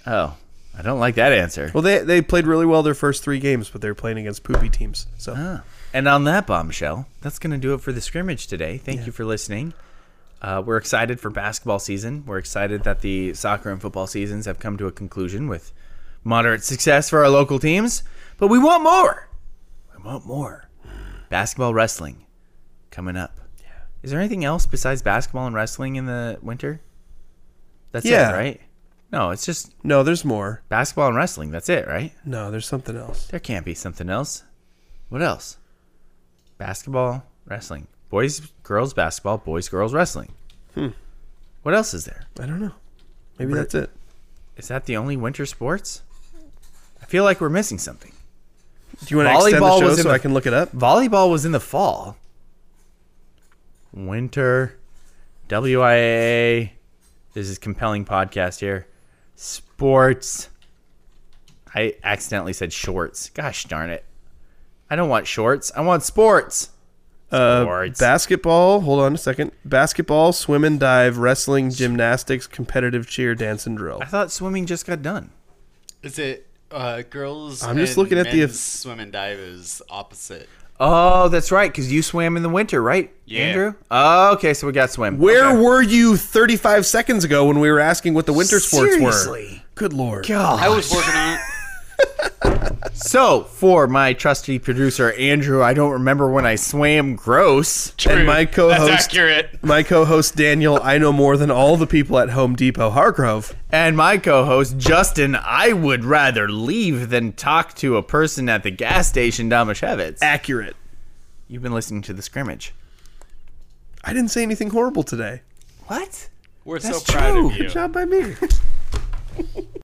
Oh, I don't like that answer. Well, they they played really well their first three games, but they were playing against poopy teams. So Ah. And on that bombshell, that's going to do it for the scrimmage today. Thank you for listening. Uh, we're excited for basketball season. We're excited that the soccer and football seasons have come to a conclusion with moderate success for our local teams. But we want more. We want more. Basketball wrestling coming up. Is there anything else besides basketball and wrestling in the winter? That's Yeah. it, right? No, it's just no, there's more. basketball and wrestling. That's it, right? No, there's something else. There can't be something else. What else? Basketball, wrestling. Boys, girls, basketball, boys, girls, wrestling. What else is there? I don't know. Maybe that's it. Is that the only winter sports? I feel like we're missing something. Do you want to extend Volleyball the show was in so the- I can look it up? Volleyball was in the fall. Winter, WIA. This is compelling podcast here. Sports. I accidentally said shorts. Gosh darn it. I don't want shorts. I want sports. Uh, Sports. basketball. Hold on a second. Basketball, swim and dive, wrestling, gymnastics, competitive cheer, dance and drill. I thought swimming just got done. Is it uh, girls? I'm just and looking at the- men's swim and dive is opposite. Oh, that's right, because you swam in the winter, right, Yeah. Andrew? Oh, okay, so we got swim. Where were you 35 seconds ago when we were asking what the Oh, winter sports Seriously? were? Good lord. I was working on it. So, for my trusty producer, Andrew, I don't remember when I swam gross. And my co-host, That's accurate. my co-host Daniel, I know more than all the people at Home Depot Hargrove. And my co host, Justin, I would rather leave than talk to a person at the gas station, Damashevitz. Accurate. You've been listening to the scrimmage. I didn't say anything horrible today. What? We're That's so proud true. of you. Good job by me.